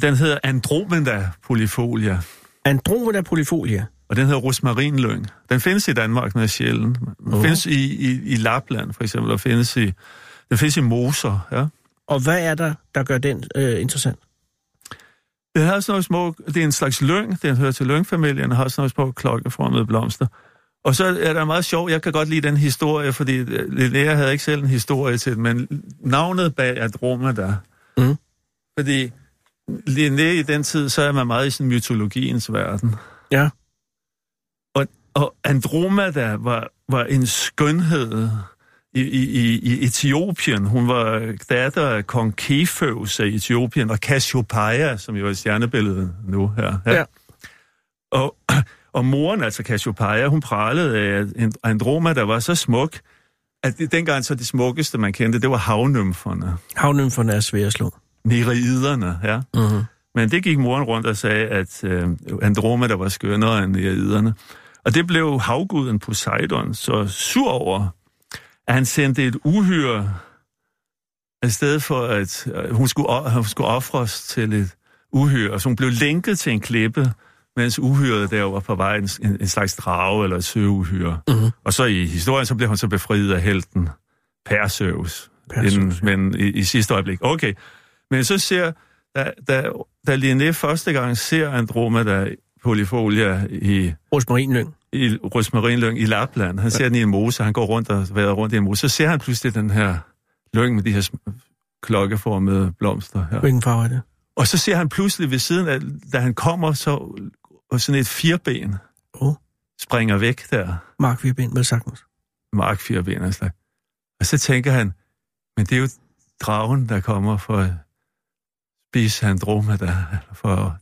[SPEAKER 4] den hedder Andromeda polyfolia,
[SPEAKER 3] Andromeda polyfolia.
[SPEAKER 4] og den hedder rosmarinlyng. Den findes i Danmark, den er sjældent. Den
[SPEAKER 3] Åh.
[SPEAKER 4] oh. findes i, i, i Lapland, for eksempel, og findes i, den findes i moser, ja.
[SPEAKER 3] Og hvad er der, der gør den øh, interessant?
[SPEAKER 4] Den har sådan noget små, det er en slags lyng, den hører til lyngfamilien, og har sådan nogle små klokkeformede blomster. Og så er der meget sjov, jeg kan godt lide den historie, fordi øh, Linnea havde ikke selv en historie til den, men navnet bag Andromeda.
[SPEAKER 3] Mm.
[SPEAKER 4] Fordi Linnea i den tid, så er man meget i sådan mytologiens verden.
[SPEAKER 3] Ja.
[SPEAKER 4] Og, og Andromeda var, var en skønhed i, i, i, i Etiopien. Hun var datter af kong Keføs af Etiopien, og Cassiopeia, som jo er stjernebilledet nu her.
[SPEAKER 3] Ja.
[SPEAKER 4] Og, og moren, altså Cassiopeia, hun pralede af, at en- Andromeda var så smuk, at det, dengang så det smukkeste, man kendte, det var havnymferne,
[SPEAKER 3] Havnymferne er svære at slå.
[SPEAKER 4] nereiderne, ja.
[SPEAKER 3] Mm-hmm.
[SPEAKER 4] Men det gik moren rundt og sagde, at øh, Andromeda var skønnere end jæderne. Og det blev havguden Poseidon så sur over, at han sendte et uhyre afsted for, at øh, hun skulle, o- hun skulle ofres til et uhyre. Så hun blev lænket til en klippe, mens uhyret der var på vej en, en, en slags drage eller et søuhyre.
[SPEAKER 3] Mhm.
[SPEAKER 4] Og så i historien, så blev hun så befriet af helten Perseus.
[SPEAKER 3] Perseus,
[SPEAKER 4] Inden, men i, i sidste øjeblik. Okay. Men så ser, da, da, da Linné første gang ser Andromeda polyfolia i,
[SPEAKER 3] Rosmarinlyng.
[SPEAKER 4] i rosmarinlyng i Lapland, han ser den i en mose, han går rundt og vader rundt i en mose, så ser han pludselig den her lyng med de her sm- klokkeformede blomster her.
[SPEAKER 3] Hvilken farve er det?
[SPEAKER 4] Og så ser han pludselig ved siden af, da han kommer, så og sådan et firben
[SPEAKER 3] Åh.
[SPEAKER 4] springer væk der.
[SPEAKER 3] Mark Virbind med sagtens.
[SPEAKER 4] Mark firben og slags. Og så tænker han, men det er jo dragen, der kommer for at spise Andromeda. eller For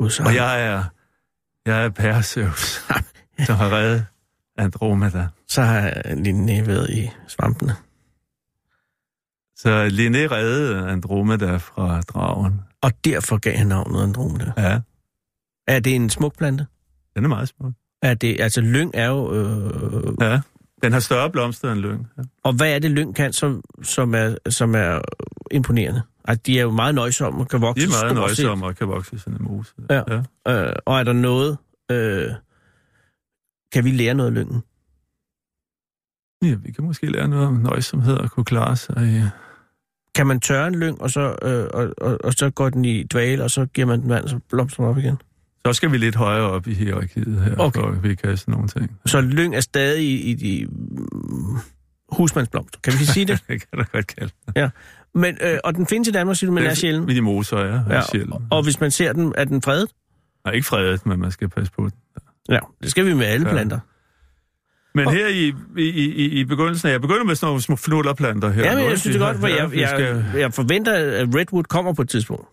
[SPEAKER 3] Udsagn.
[SPEAKER 4] Og jeg er, jeg er Perseus, som har reddet Andromeda.
[SPEAKER 3] Så har Linné været i svampene.
[SPEAKER 4] Så Linné reddede Andromeda fra dragen.
[SPEAKER 3] Og derfor gav han navnet Andromeda.
[SPEAKER 4] Ja,
[SPEAKER 3] Er det en smuk plante?
[SPEAKER 4] den er meget smuk.
[SPEAKER 3] Er det, altså lyng er jo... Øh,
[SPEAKER 4] Ja. Den har større blomster end lyng. Ja.
[SPEAKER 3] og hvad er det, lyng kan, som, som, er, som er imponerende? Altså, de er jo meget nøjsomme og kan vokse
[SPEAKER 4] De er meget
[SPEAKER 3] stort set.
[SPEAKER 4] nøjsomme og kan vokse i sådan en mose.
[SPEAKER 3] Ja. Øh, og er der noget... Øh, kan vi lære noget af lyngen?
[SPEAKER 4] ja. vi kan måske lære noget om nøjsomhed og kunne klare sig. i-
[SPEAKER 3] Kan man tørre en lyng, og så, øh, og, og, og så går den i dvale, og så giver man den vand, så blomstrer den op igen?
[SPEAKER 4] Så skal vi lidt højere op i hierarkiet her,
[SPEAKER 3] Okay.
[SPEAKER 4] okay. for at vi kan sådan nogle ting.
[SPEAKER 3] Så lyng er stadig i, i de mm, husmandsblomster, kan vi sige det?
[SPEAKER 4] Det kan du godt kalde.
[SPEAKER 3] Men, øh, og den findes i Danmark, siger du, men er sjældent.
[SPEAKER 4] Men de moser er, er ja, sjældent.
[SPEAKER 3] og,
[SPEAKER 4] Og,
[SPEAKER 3] og hvis man ser den, er den fredet?
[SPEAKER 4] Nej, ikke fredet, men man skal passe på den.
[SPEAKER 3] Ja, det skal vi med alle
[SPEAKER 4] Ja.
[SPEAKER 3] planter.
[SPEAKER 4] Men
[SPEAKER 3] Og-
[SPEAKER 4] her i, i, i, i begyndelsen, af- jeg begynder med sådan nogle små flutterplanter her.
[SPEAKER 3] Ja, men
[SPEAKER 4] Noget,
[SPEAKER 3] jeg synes det
[SPEAKER 4] vi
[SPEAKER 3] godt,
[SPEAKER 4] har-
[SPEAKER 3] for jeg,
[SPEAKER 4] vi skal-
[SPEAKER 3] jeg, jeg forventer, at Redwood kommer på et tidspunkt.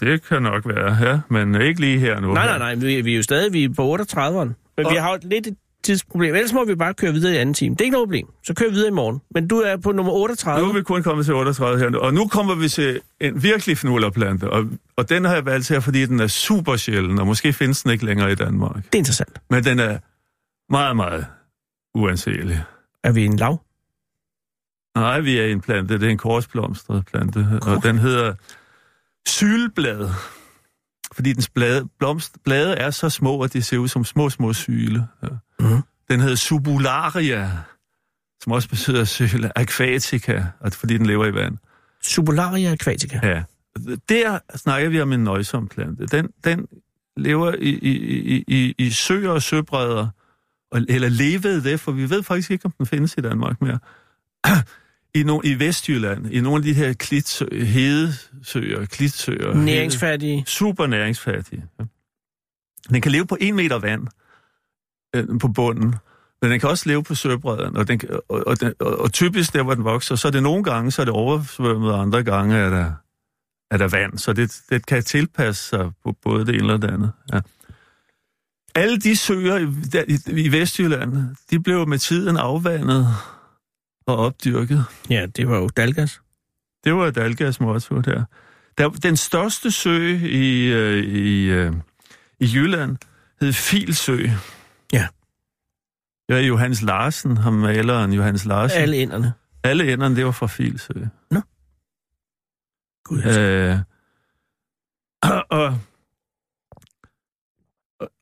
[SPEAKER 4] Det kan nok være, ja. Men ikke lige her nu.
[SPEAKER 3] Nej, nej, nej, vi, vi er jo stadig vi er på 38'eren. Men
[SPEAKER 4] Og-
[SPEAKER 3] vi har jo lidt et tidsproblem. Ellers må vi bare køre videre i anden time. Det er ikke noget problem. Så kører vi videre i morgen. Men du er på nummer
[SPEAKER 4] Nu er
[SPEAKER 3] 38.
[SPEAKER 4] vi kun kommet til 38 her nu. Og nu kommer vi til en virkelig fnullerplante. Og, og den har jeg valgt her, fordi den er super sjælden, og måske findes den ikke længere i Danmark.
[SPEAKER 3] Det er interessant.
[SPEAKER 4] Men den er Meget, meget uanselig.
[SPEAKER 3] Er vi en lav?
[SPEAKER 4] Nej, vi er en plante. Det er en korsblomstret plante, og den hedder sylblad. Fordi dens blade, blomst, blade er så små, at de ser ud som små, små syle. Ja.
[SPEAKER 3] Mhm.
[SPEAKER 4] Den hedder subularia, som også betyder syle, aquatica, og fordi den lever i vand.
[SPEAKER 3] Subularia aquatica.
[SPEAKER 4] Ja. Der snakker vi om en nøjsom plante. Den, den lever i, i, i, i, i søer og søbredder, og, eller levede det, for vi ved faktisk ikke, om den findes i Danmark mere. I, no, I Vestjylland, i nogle af de her klitsø, hedesøer, klitsøer. hede-
[SPEAKER 3] Næringsfattige.
[SPEAKER 4] Super næringsfattig. Ja. Den kan leve på en meter vand øh, på bunden, men den kan også leve på søbredden, og, den, kan- og, og, den, og, og typisk der, hvor den vokser, så er det nogle gange, så er det oversvømmet, og andre gange er der, er der vand, så det, det kan tilpasse sig på både det ene og det andet. Ja. Alle de søer i, der, i, i Vestjylland, de blev med tiden afvandet og opdyrket.
[SPEAKER 3] Ja, det var jo Dalgas.
[SPEAKER 4] Det var Dalgas motto der. der den største sø i, øh, i, øh, i Jylland hed Filsø.
[SPEAKER 3] Ja.
[SPEAKER 4] Det var Johannes Larsen, ham maleren Johannes Larsen. Alle,
[SPEAKER 3] Alle inderne.
[SPEAKER 4] Alle enderne, det var fra Filsø.
[SPEAKER 3] Gud, jeg
[SPEAKER 4] Øh, og, og,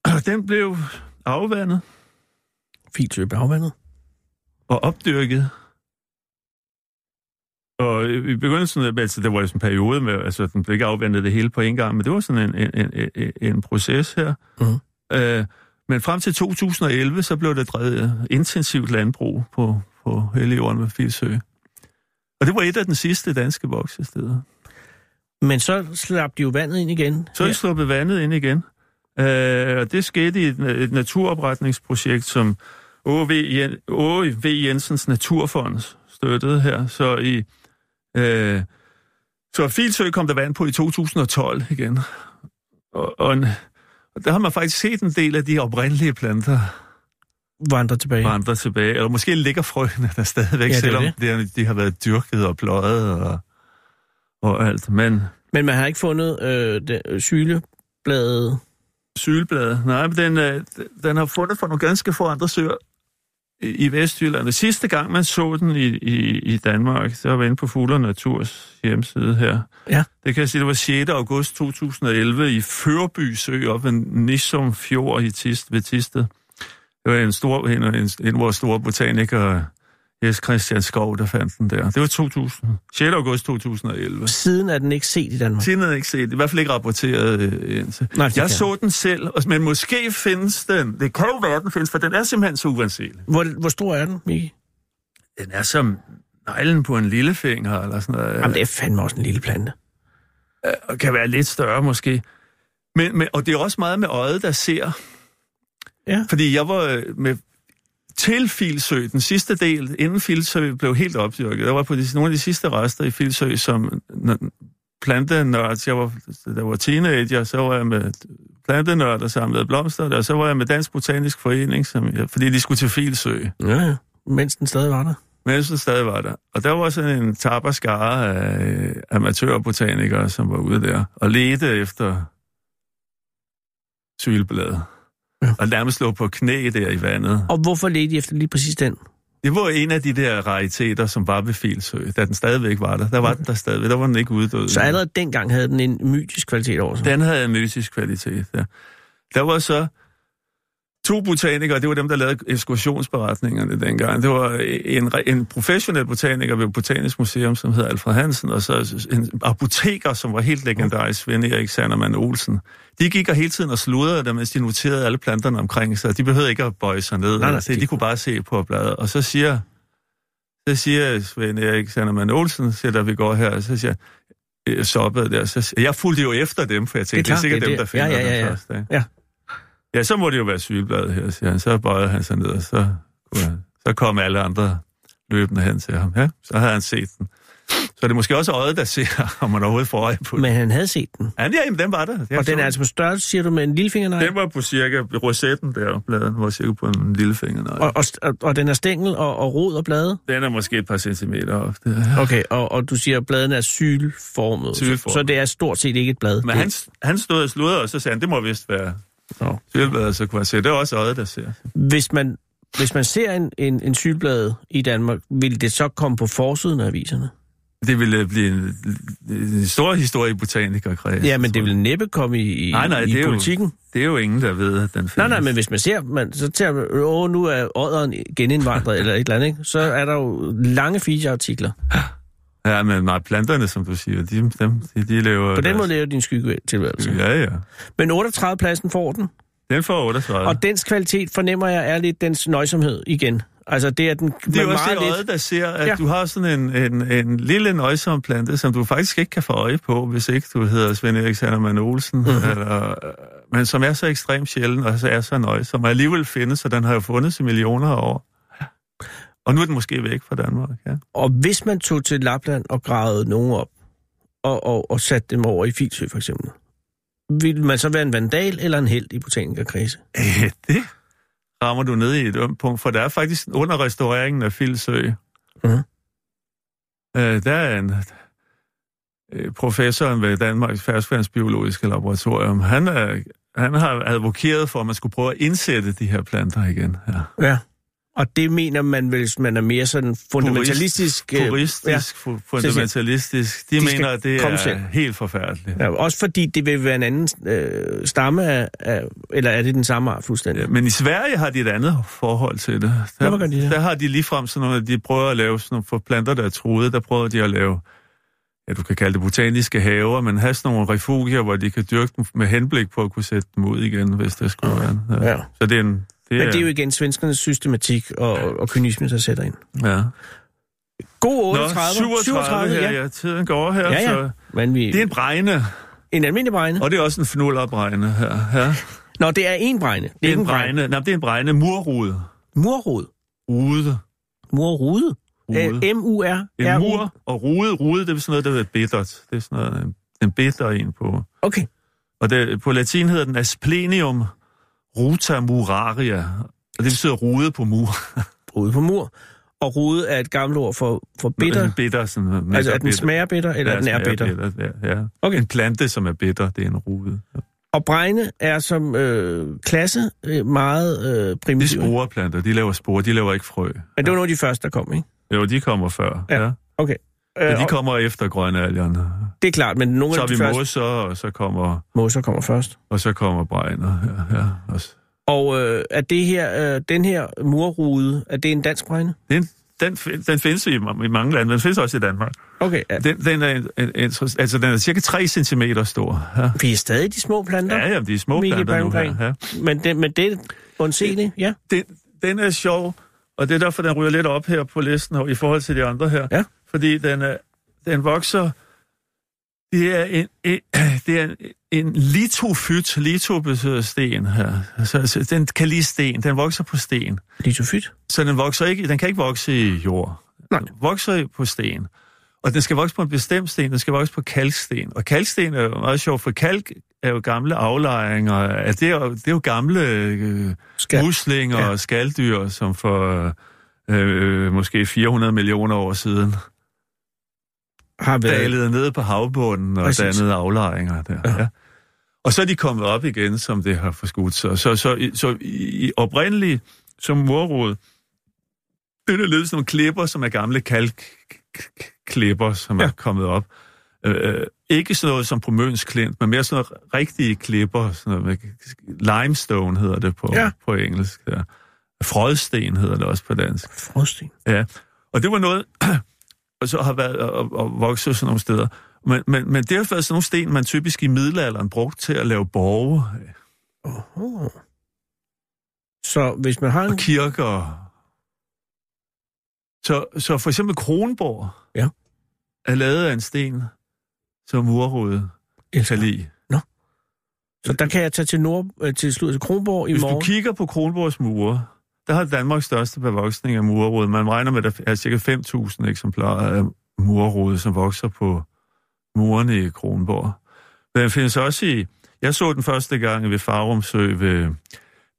[SPEAKER 4] og den blev afvandet
[SPEAKER 3] fint til bagvandet.
[SPEAKER 4] og opdyrket. Og i i begyndelsen, altså det var jo sådan en periode med, altså den blev ikke afvendet det hele på en gang, men det var sådan en, en, en, en, en proces her.
[SPEAKER 3] Mhm.
[SPEAKER 4] Øh, men frem til 2011, så blev det drevet øh, intensivt landbrug på, på hele jorden med Filsø. Og det var et af den sidste danske voksesteder.
[SPEAKER 3] Men så slap de jo vandet ind igen.
[SPEAKER 4] Så er
[SPEAKER 3] Ja.
[SPEAKER 4] de sluppet vandet ind igen. Øh, og det skete i et, et naturopretningsprojekt, som OV, Jen- Åge V. Jensens Naturfond støttede her. Så i øh, så Filsø kom der vand på i 2012 igen. Og, og, en, og der har man faktisk set en del af de oprindelige planter
[SPEAKER 3] vandrer tilbage.
[SPEAKER 4] vandre tilbage. Eller måske ligger frøene der stadigvæk,
[SPEAKER 3] Ja,
[SPEAKER 4] ja,
[SPEAKER 3] det er
[SPEAKER 4] selvom det. Det, de har været dyrket og pløjet og, og alt. Men
[SPEAKER 3] Men man har ikke fundet øh, det, øh, sylebladet.
[SPEAKER 4] sylblad. Nej, men den, øh, den har fundet for nogle ganske få andre søer i i Vestjylland. Det sidste gang, man så den i, i, i Danmark, så var vi inde på Fugler Naturs hjemmeside her.
[SPEAKER 3] Ja.
[SPEAKER 4] Det kan jeg sige, det var 6. august 2011 i Førby Sø op ved Nissum Fjord i Tist, ved Tisted. Det var en, stor, en, en, en af vores store botaniker, Jes Christian Skov, der fandt den der. Det var 2000, 6. august 2011.
[SPEAKER 3] Siden er den ikke set i Danmark.
[SPEAKER 4] Siden havde jeg ikke set det. I hvert fald ikke rapporteret
[SPEAKER 3] Nej,
[SPEAKER 4] øh, indtil.
[SPEAKER 3] Altså, det
[SPEAKER 4] Jeg
[SPEAKER 3] kan
[SPEAKER 4] så den selv, og- men måske findes den. Det kan jo være, den findes, for den er simpelthen så uanselig.
[SPEAKER 3] Hvor, hvor stor er den, Mikke?
[SPEAKER 4] Øh. Den er som neglen på en lillefinger, eller sådan noget.
[SPEAKER 3] Jamen, det er fandme også en lille plante.
[SPEAKER 4] og Øh, kan være lidt større måske. Men, men, og det er også meget med øjet, der ser.
[SPEAKER 3] Ja.
[SPEAKER 4] Fordi jeg var øh, med til Filsø, den sidste del, inden Filsø blev helt opdyrket. Der var på de, nogle af de sidste rester i Filsø, som n- plantenørd. Jeg var, da jeg var teenager, så var jeg med plantenørd, der samlede blomster, der, og så var jeg med Dansk Botanisk Forening, som jeg, fordi de skulle til Filsø.
[SPEAKER 3] Ja, ja. Mens den stadig var der.
[SPEAKER 4] Mens den stadig var der. Og der var sådan en tapper skare af øh, amatørbotanikere, som var ude der og ledte efter sylblad.
[SPEAKER 3] Ja.
[SPEAKER 4] Ja. Og nærmest lå på knæ der i vandet.
[SPEAKER 3] Og hvorfor ledte I efter lige præcis den?
[SPEAKER 4] Det var en af de der rariteter, som var ved Filsø, da den stadigvæk var der. Der var den der stadigvæk, der var den ikke uddød.
[SPEAKER 3] Så allerede dengang havde den en mytisk kvalitet over sig.
[SPEAKER 4] Den havde en mytisk kvalitet, ja. Der var så to botanikere, det var dem, der lavede ekskursionsberetningerne dengang. Det var en, en professionel botaniker ved Botanisk Museum, som hed Alfred Hansen, og så en apoteker, som var helt legendarisk, Svend Erik Sandermann Olsen. De gik og hele tiden og sludrede dem, mens de noterede alle planterne omkring sig. De behøvede ikke at bøje sig ned.
[SPEAKER 3] nej,
[SPEAKER 4] Nej, nej, de,
[SPEAKER 3] de-
[SPEAKER 4] de kunne bare se på bladet. Og så siger, så siger Svend Erik Sandermann Olsen, siger, der vi går her, og så siger han, øh, soppet der. Så siger, jeg fulgte jo efter dem, for jeg tænkte, det er,
[SPEAKER 3] klart,
[SPEAKER 4] det er sikkert
[SPEAKER 3] det er
[SPEAKER 4] dem, der
[SPEAKER 3] det. Ja,
[SPEAKER 4] finder
[SPEAKER 3] ja, ja,
[SPEAKER 4] dem
[SPEAKER 3] ja.
[SPEAKER 4] først. Ikke?
[SPEAKER 3] Ja.
[SPEAKER 4] ja, så må det jo være sygebladet her, siger han. Så bøjede han sig ned, og så, kunne han- så kom alle andre løbende hen til ham. Ja, så havde han set den. Så det er måske også øjet, der ser, om man overhovedet får øje på den.
[SPEAKER 3] Men han havde set den.
[SPEAKER 4] Ja, jamen, den var der. Jeg
[SPEAKER 3] Og den
[SPEAKER 4] så
[SPEAKER 3] er altså på størrelse, siger du, med en lillefingernegl?
[SPEAKER 4] Den var på cirka, rosetten der, bladen var cirka på en lille finger.
[SPEAKER 3] Og, og, og, og den er stængel og, og rod og blade?
[SPEAKER 4] Den er måske et par centimeter op. Det er.
[SPEAKER 3] Okay, og, og du siger, at bladene er sylformet.
[SPEAKER 4] Sylformet.
[SPEAKER 3] Så, så det er stort set ikke et blad.
[SPEAKER 4] Men
[SPEAKER 3] Det-
[SPEAKER 4] han, han stod og sludrede, og så sagde han, det må vist være
[SPEAKER 3] Nå.
[SPEAKER 4] Sylbladet så kunne jeg se. Det er også øjet, der ser.
[SPEAKER 3] Hvis man, hvis man ser en, en, en sylblad i Danmark, vil det så komme på forsiden af aviserne?
[SPEAKER 4] Det ville øh, blive en, øh, en stor historie i botanikerkreds.
[SPEAKER 3] Ja, men
[SPEAKER 4] tror
[SPEAKER 3] det vil næppe komme i, i,
[SPEAKER 4] Nej, nej,
[SPEAKER 3] i
[SPEAKER 4] det er jo-
[SPEAKER 3] politikken.
[SPEAKER 4] jeg. Det er jo ingen, der ved, at den findes.
[SPEAKER 3] Nej, nej, men hvis man ser, man, så tager man, åh, nu er ådderen genindvandret eller et eller andet, ikke? så er der jo lange featureartikler.
[SPEAKER 4] Ja, men nej, planterne, som du siger, de, dem, de, de lever...
[SPEAKER 3] På den måde
[SPEAKER 4] deres-
[SPEAKER 3] lever din skygge tilværelse.
[SPEAKER 4] Ja, ja.
[SPEAKER 3] Men 38-pladsen får den,
[SPEAKER 4] Den får 38.
[SPEAKER 3] og dens kvalitet fornemmer jeg er lidt dens nøjsomhed igen. Altså det er den
[SPEAKER 4] Det er
[SPEAKER 3] men
[SPEAKER 4] jo også
[SPEAKER 3] meget
[SPEAKER 4] det
[SPEAKER 3] lidt-
[SPEAKER 4] øje, der ser, at
[SPEAKER 3] Ja.
[SPEAKER 4] ja. du har sådan en, en, en lille nøjsom plante, som du faktisk ikke kan få øje på, hvis ikke du hedder Svend Erik Sandermann Olsen,
[SPEAKER 3] Mhm.
[SPEAKER 4] mm-hmm. eller, men som er så ekstremt sjælden, og så er så nøjsom, og alligevel findes, og den har jo fundet i millioner af år. Og nu er den måske væk fra Danmark, ja.
[SPEAKER 3] Og hvis man tog til Lapland og gravede nogen op, og, og, og satte dem over i Filsø for eksempel, ville man så være en vandal eller en held i botanikerkredse?
[SPEAKER 4] Øh, det rammer du ned i et ømt punkt, for der er faktisk under restaureringen af Filsø,
[SPEAKER 3] Mhm.
[SPEAKER 4] øh, der er en øh, professoren ved Danmarks Færdsvandsbiologiske Laboratorium, han, er, han har advokeret for, at man skulle prøve at indsætte de her planter igen. Ja.
[SPEAKER 3] Ja. Og det mener man vel, hvis man er mere sådan fundamentalistisk... øh,
[SPEAKER 4] Puristisk, ja. fundamentalistisk. De,
[SPEAKER 3] De
[SPEAKER 4] de
[SPEAKER 3] skal
[SPEAKER 4] mener, at det
[SPEAKER 3] komme
[SPEAKER 4] er
[SPEAKER 3] selv.
[SPEAKER 4] helt forfærdeligt.
[SPEAKER 3] Ja, også fordi det vil være en anden øh, stamme af, af... Eller er det den samme art fuldstændig?
[SPEAKER 4] Ja, men i Sverige har de et andet forhold til det. Der,
[SPEAKER 3] Hvorfor gør de det?
[SPEAKER 4] der har de ligefrem sådan noget, de prøver at lave sådan nogle, for planter, der er truet, der prøver de at lave, ja, du kan kalde det botaniske haver, men have sådan nogle refugier, hvor de kan dyrke dem med henblik på at kunne sætte dem ud igen, hvis der skulle være. Ja.
[SPEAKER 3] Ja.
[SPEAKER 4] Så det er en... Det
[SPEAKER 3] Men
[SPEAKER 4] er,
[SPEAKER 3] det er jo igen svenskernes systematik og, og, og kynisme, der sætter ind.
[SPEAKER 4] ja.
[SPEAKER 3] God
[SPEAKER 4] Nå,
[SPEAKER 3] 38.
[SPEAKER 4] 37, 37 her,
[SPEAKER 3] ja.
[SPEAKER 4] ja. ja. Tiden går her,
[SPEAKER 3] Ja, ja.
[SPEAKER 4] så...
[SPEAKER 3] Men vi,
[SPEAKER 4] Det er en bregne,
[SPEAKER 3] en almindelig bregne.
[SPEAKER 4] og det er også en fnullerbrejne her. Ja. Det
[SPEAKER 3] Nå, det er en bregne. Det er,
[SPEAKER 4] er
[SPEAKER 3] ikke
[SPEAKER 4] en bregne. Nej, det er en bregne. Murrude.
[SPEAKER 3] Murrod.
[SPEAKER 4] Rude.
[SPEAKER 3] Murrude.
[SPEAKER 4] Rude.
[SPEAKER 3] Øh, M-U-R.
[SPEAKER 4] En
[SPEAKER 3] R-U.
[SPEAKER 4] mur og rude. Rude, det er sådan noget, der er bittert. Det er sådan noget, en- en bitter en på.
[SPEAKER 3] Okay.
[SPEAKER 4] Og det, på latin hedder den asplenium ruta muraria. Og det betyder rude på mur.
[SPEAKER 3] Rode på mur. Og rode er et gammelt ord for, for bitter.
[SPEAKER 4] En bitter sådan, en
[SPEAKER 3] Altså,
[SPEAKER 4] mega
[SPEAKER 3] at den
[SPEAKER 4] bitter.
[SPEAKER 3] smager bitter, eller
[SPEAKER 4] Ja,
[SPEAKER 3] ja, den er
[SPEAKER 4] smager
[SPEAKER 3] bitter.
[SPEAKER 4] Ja, ja.
[SPEAKER 3] Okay.
[SPEAKER 4] Okay. En plante, som er bitter, det er en rude.
[SPEAKER 3] Og bregne er som øh, klasse øh, meget øh,
[SPEAKER 4] De
[SPEAKER 3] primitiv. ikke?
[SPEAKER 4] sporer planter, de laver sporer, de laver ikke frø.
[SPEAKER 3] Men det var nogle af de første, der kom, ikke?
[SPEAKER 4] Jo, de kommer før.
[SPEAKER 3] Ja.
[SPEAKER 4] Ja. ja.
[SPEAKER 3] Okay. Øh,
[SPEAKER 4] Men de
[SPEAKER 3] og-
[SPEAKER 4] kommer efter grønalgerne.
[SPEAKER 3] Det er klart, men nogle
[SPEAKER 4] Så
[SPEAKER 3] af
[SPEAKER 4] har
[SPEAKER 3] de
[SPEAKER 4] vi
[SPEAKER 3] første...
[SPEAKER 4] mosser, og så kommer,
[SPEAKER 3] Moser kommer først.
[SPEAKER 4] og så kommer bregner. Ja, ja. Og s-
[SPEAKER 3] Og øh, er det her, øh, den her murrude, er det en dansk bregne?
[SPEAKER 4] Den, den, fin- den findes i, ma- i mange lande, men den findes også i Danmark.
[SPEAKER 3] Okay, ja.
[SPEAKER 4] Den, den, er, en, en, en, altså, den er cirka 3 cm stor. Ja,
[SPEAKER 3] vi er stadig de små planter,
[SPEAKER 4] ja jamen, de er små
[SPEAKER 3] Mikkel
[SPEAKER 4] planter nu.
[SPEAKER 3] Palmgren.
[SPEAKER 4] Her. Ja.
[SPEAKER 3] men, det, men det er undseeligt, ja.
[SPEAKER 4] Den, den er sjov, og det er derfor, den ryger lidt op her på listen og i forhold til de andre her.
[SPEAKER 3] Ja.
[SPEAKER 4] Fordi den, er, den vokser... Det er en, en, det er en, en litofyt. Lito betyder sten her. Altså, altså, den kan lide sten. Den vokser på sten.
[SPEAKER 3] Litofyt.
[SPEAKER 4] Så den, vokser ikke, den kan ikke vokse i jord.
[SPEAKER 3] Nej.
[SPEAKER 4] Den vokser i- på sten. Og den skal vokse på en bestemt sten, den skal vokse på kalksten. Og kalksten er jo meget sjov, for kalk er jo gamle aflejringer. af- Det er jo, det er jo gamle øh,
[SPEAKER 3] Skal.
[SPEAKER 4] muslinger
[SPEAKER 3] Ja.
[SPEAKER 4] og skalddyr, som for øh, øh, måske 400 millioner år siden
[SPEAKER 3] Har været
[SPEAKER 4] dalede ned på havbunden og
[SPEAKER 3] Præcis.
[SPEAKER 4] Præcis. dannede aflejringer der.
[SPEAKER 3] Ja.
[SPEAKER 4] Ja. Ja. Og så er de kommet op igen, som det har forskudt sig. Så, så, i- så i, i oprindeligt, som morrod, det der lyder som nogle klipper, som er gamle kalkklipper, som ja.
[SPEAKER 3] Ja.
[SPEAKER 4] er kommet op. Øh, øh, ikke sådan noget som på Møns Klint, men mere sådan noget rigtige klipper. Sådan noget med, limestone hedder det på,
[SPEAKER 3] Ja.
[SPEAKER 4] ja. på engelsk. Ja. Frodsten hedder det også på dansk.
[SPEAKER 3] frosting.
[SPEAKER 4] Ja, og det var noget, og så har været og, og vokset sådan nogle steder. Men, men, men det har været sådan nogle sten, man typisk i middelalderen brugte til at lave borge
[SPEAKER 3] Oho. Så hvis man har en...
[SPEAKER 4] og kirker. Så, så for eksempel Kronborg
[SPEAKER 3] Ja.
[SPEAKER 4] er lavet af en sten, som urrode kan lide.
[SPEAKER 3] Så der kan jeg tage til, Nord, øh, til, slut, til Kronborg i
[SPEAKER 4] Hvis du
[SPEAKER 3] morgen.
[SPEAKER 4] kigger på Kronborgs mure, der har Danmarks største bevoksning af murerod. Man regner med, at der er cirka 5.000 eksemplarer af murerod, som vokser på murene i Kronborg. Men den findes også i... Jeg så den første gang ved Farumsø ved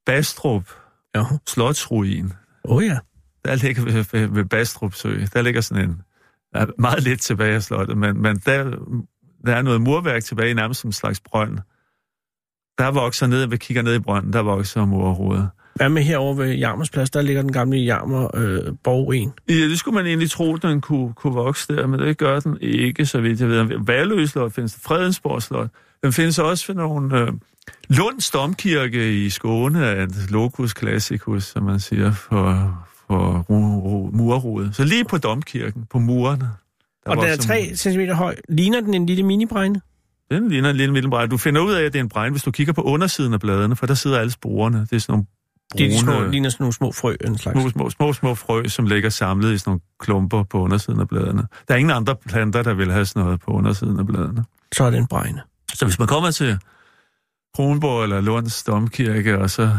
[SPEAKER 4] Bastrup
[SPEAKER 3] Ja.
[SPEAKER 4] Slotsruin.
[SPEAKER 3] Åh oh, ja.
[SPEAKER 4] Der ligger ved, ved, ved Bastrup Sø, der ligger sådan en... Der er meget lidt tilbage af slottet, men, men der, der er noget murværk tilbage, nærmest som en slags brønd. Der vokser ned, vi kigger ned i brønden, der vokser morroder.
[SPEAKER 3] Hvad med herovre ved Jarmers Plads? Der ligger den gamle Jarmer øh, Borg 1.
[SPEAKER 4] Ja, det skulle man egentlig tro, den kunne, kunne vokse der, men det gør den ikke, så vidt jeg ved. Valø Slot findes der, Fredensborg Slot. Den findes også ved nogle... Øh, Lunds Domkirke i Skåne er et locus classicus, som man siger, for, for murrodet. Så lige på Domkirken, på murerne. der
[SPEAKER 3] Og den er 3
[SPEAKER 4] vokser
[SPEAKER 3] cm høj. Ligner den en lille minibrejne?
[SPEAKER 4] Den ligner en lille middelbrænd. Du finder ud af, at det er en brænd, hvis du kigger på undersiden af bladene, for der sidder alle sporene. Det er sådan nogle
[SPEAKER 3] Det er de små,
[SPEAKER 4] brune,
[SPEAKER 3] ligner sådan nogle små frø, en slags.
[SPEAKER 4] små, små, små, små frø, som ligger samlet i sådan nogle klumper på undersiden af bladene. Der er ingen andre planter, der vil have sådan noget på undersiden af bladene.
[SPEAKER 3] Så er det en bregne.
[SPEAKER 4] Så hvis man kommer til Kronborg eller Lunds Domkirke, og så...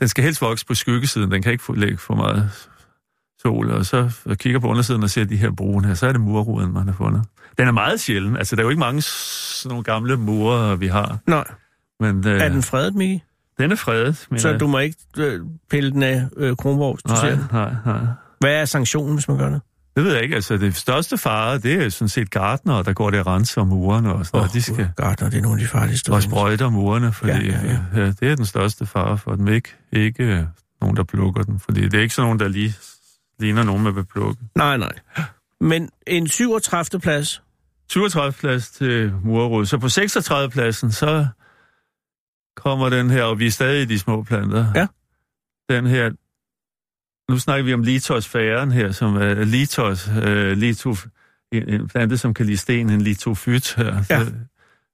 [SPEAKER 4] Den skal helst vokse på skyggesiden, den kan ikke få, lægge for meget sol, og så og kigger på undersiden og ser de her brune her, så er det murruden, man har fundet. Den er meget sjælden, altså der er jo ikke mange sådan nogle gamle murer, vi har.
[SPEAKER 3] Nej,
[SPEAKER 4] Men øh,
[SPEAKER 3] er den fredet, Mikke?
[SPEAKER 4] den er fredet. Men,
[SPEAKER 3] Så
[SPEAKER 4] øh,
[SPEAKER 3] du må ikke øh, pille den af øh, Kronborg, hvis du ser
[SPEAKER 4] nej,
[SPEAKER 3] den.
[SPEAKER 4] nej, nej.
[SPEAKER 3] Hvad er sanktionen, hvis man gør det?
[SPEAKER 4] Det ved jeg ikke. Altså, det største fare, det er sådan set gardner, der går det og renser murerne og sådan oh, noget. De skal
[SPEAKER 3] Gartner, det er nogle af de farligste.
[SPEAKER 4] og sprøjter murerne, fordi ja, ja, ja. Ja, det er den største fare for dem. Ikke, ikke øh, nogen, der plukker den, fordi det er ikke sådan nogen, der lige ligner nogen, man vil plukke.
[SPEAKER 3] Nej, nej. Men en 37. plads,
[SPEAKER 4] 37 plads til murerod. Så på 36 pladsen, så kommer den her, og vi er stadig i de små planter.
[SPEAKER 3] Ja.
[SPEAKER 4] Den her, nu snakker vi om litosfæren her, som er litos, øh, litof, en, en plante, som kan lide sten, en litofyt her.
[SPEAKER 3] Ja.
[SPEAKER 4] Så,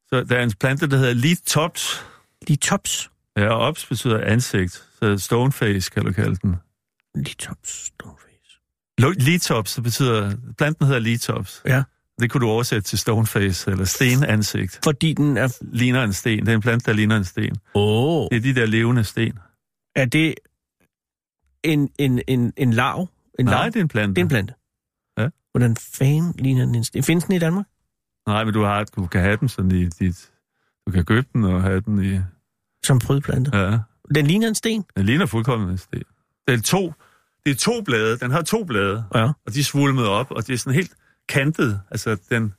[SPEAKER 4] så der er en plante, der hedder litops.
[SPEAKER 3] de tops.
[SPEAKER 4] Ja, og ops betyder ansigt, så stoneface kan du kalde den.
[SPEAKER 3] De tops, Stoneface.
[SPEAKER 4] Lo- Litops, det betyder, planten hedder litops.
[SPEAKER 3] Ja.
[SPEAKER 4] Det kunne du oversætte til stoneface, eller stenansigt.
[SPEAKER 3] Fordi den er...
[SPEAKER 4] ligner en sten. Det er en plante, der ligner en sten.
[SPEAKER 3] Åh. Oh.
[SPEAKER 4] Det er de der levende sten.
[SPEAKER 3] Er det en, en, en, en lav? En
[SPEAKER 4] Nej,
[SPEAKER 3] lav?
[SPEAKER 4] det er en plante.
[SPEAKER 3] det er en plante.
[SPEAKER 4] Ja.
[SPEAKER 3] Hvordan fanden ligner den en sten? Findes den i Danmark?
[SPEAKER 4] Nej, men du, har, du kan have den sådan i dit... Du kan købe den og have den i...
[SPEAKER 3] Som prydplante. Ja.
[SPEAKER 4] Ja,
[SPEAKER 3] Den ligner en sten?
[SPEAKER 4] den ligner fuldkommen en sten. Det er to, det er to blade. Den har to blade,
[SPEAKER 3] Ja.
[SPEAKER 4] og de er svulmet op, og det er sådan helt kantet. Altså, den,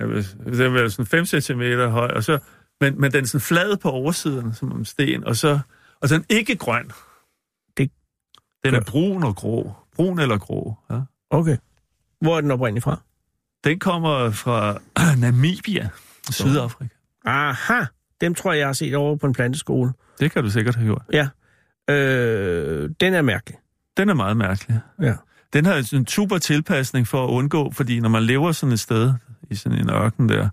[SPEAKER 4] ja, hvis- den er sådan 5 cm høj, og så, men, men den er sådan flad på oversiden, som om sten, og så og den er ikke grøn.
[SPEAKER 3] Det-
[SPEAKER 4] den er brun og grå. Brun eller grå, ja.
[SPEAKER 3] Okay. Hvor er den oprindeligt fra?
[SPEAKER 4] Den kommer fra Namibia, Sydafrika.
[SPEAKER 3] Aha! Dem tror jeg, jeg har set over på en planteskole.
[SPEAKER 4] Det kan du sikkert have gjort.
[SPEAKER 3] Ja. Øh, den er mærkelig.
[SPEAKER 4] Den er meget mærkelig.
[SPEAKER 3] Ja.
[SPEAKER 4] Den har sådan en super tilpasning for at undgå, fordi når man lever sådan et sted, i sådan en ørken der,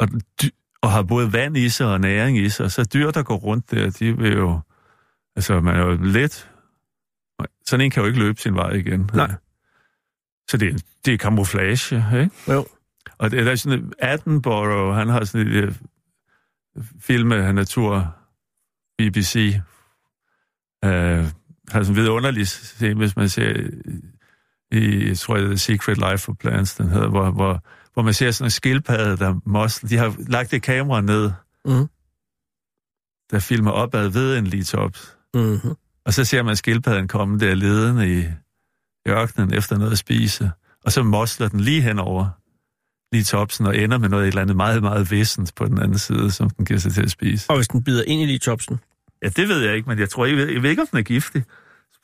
[SPEAKER 4] og, dy- og har både vand i sig og næring i sig, så dyr, der går rundt der, de vil jo... Altså, man er jo let... Sådan en kan jo ikke løbe sin vej igen.
[SPEAKER 3] Nej.
[SPEAKER 4] Så det, er- det er camouflage, ikke?
[SPEAKER 3] Jo.
[SPEAKER 4] Og det, der er sådan, et- Attenborough, han har sådan et øh, film af natur, BBC, øh, har sådan en vidunderlig scene, hvis man ser øh, i, jeg tror, det er Secret Life of Plants, den hedder, hvor, hvor, hvor man ser sådan en skildpadde, der mosler. De har lagt et kamera ned,
[SPEAKER 3] Mhm.
[SPEAKER 4] der filmer opad ved en litops.
[SPEAKER 3] Mm-hmm.
[SPEAKER 4] Og så ser man skildpadden komme der ledende i, i ørkenen efter noget at spise. Og så mosler den lige henover lige topsen og ender med noget et eller andet meget, meget væsent på den anden side, som den giver sig til at spise.
[SPEAKER 3] Og hvis den bider ind i lige topsen.
[SPEAKER 4] Ja, det ved jeg ikke, men jeg tror ikke, jeg ved ikke, om den er giftig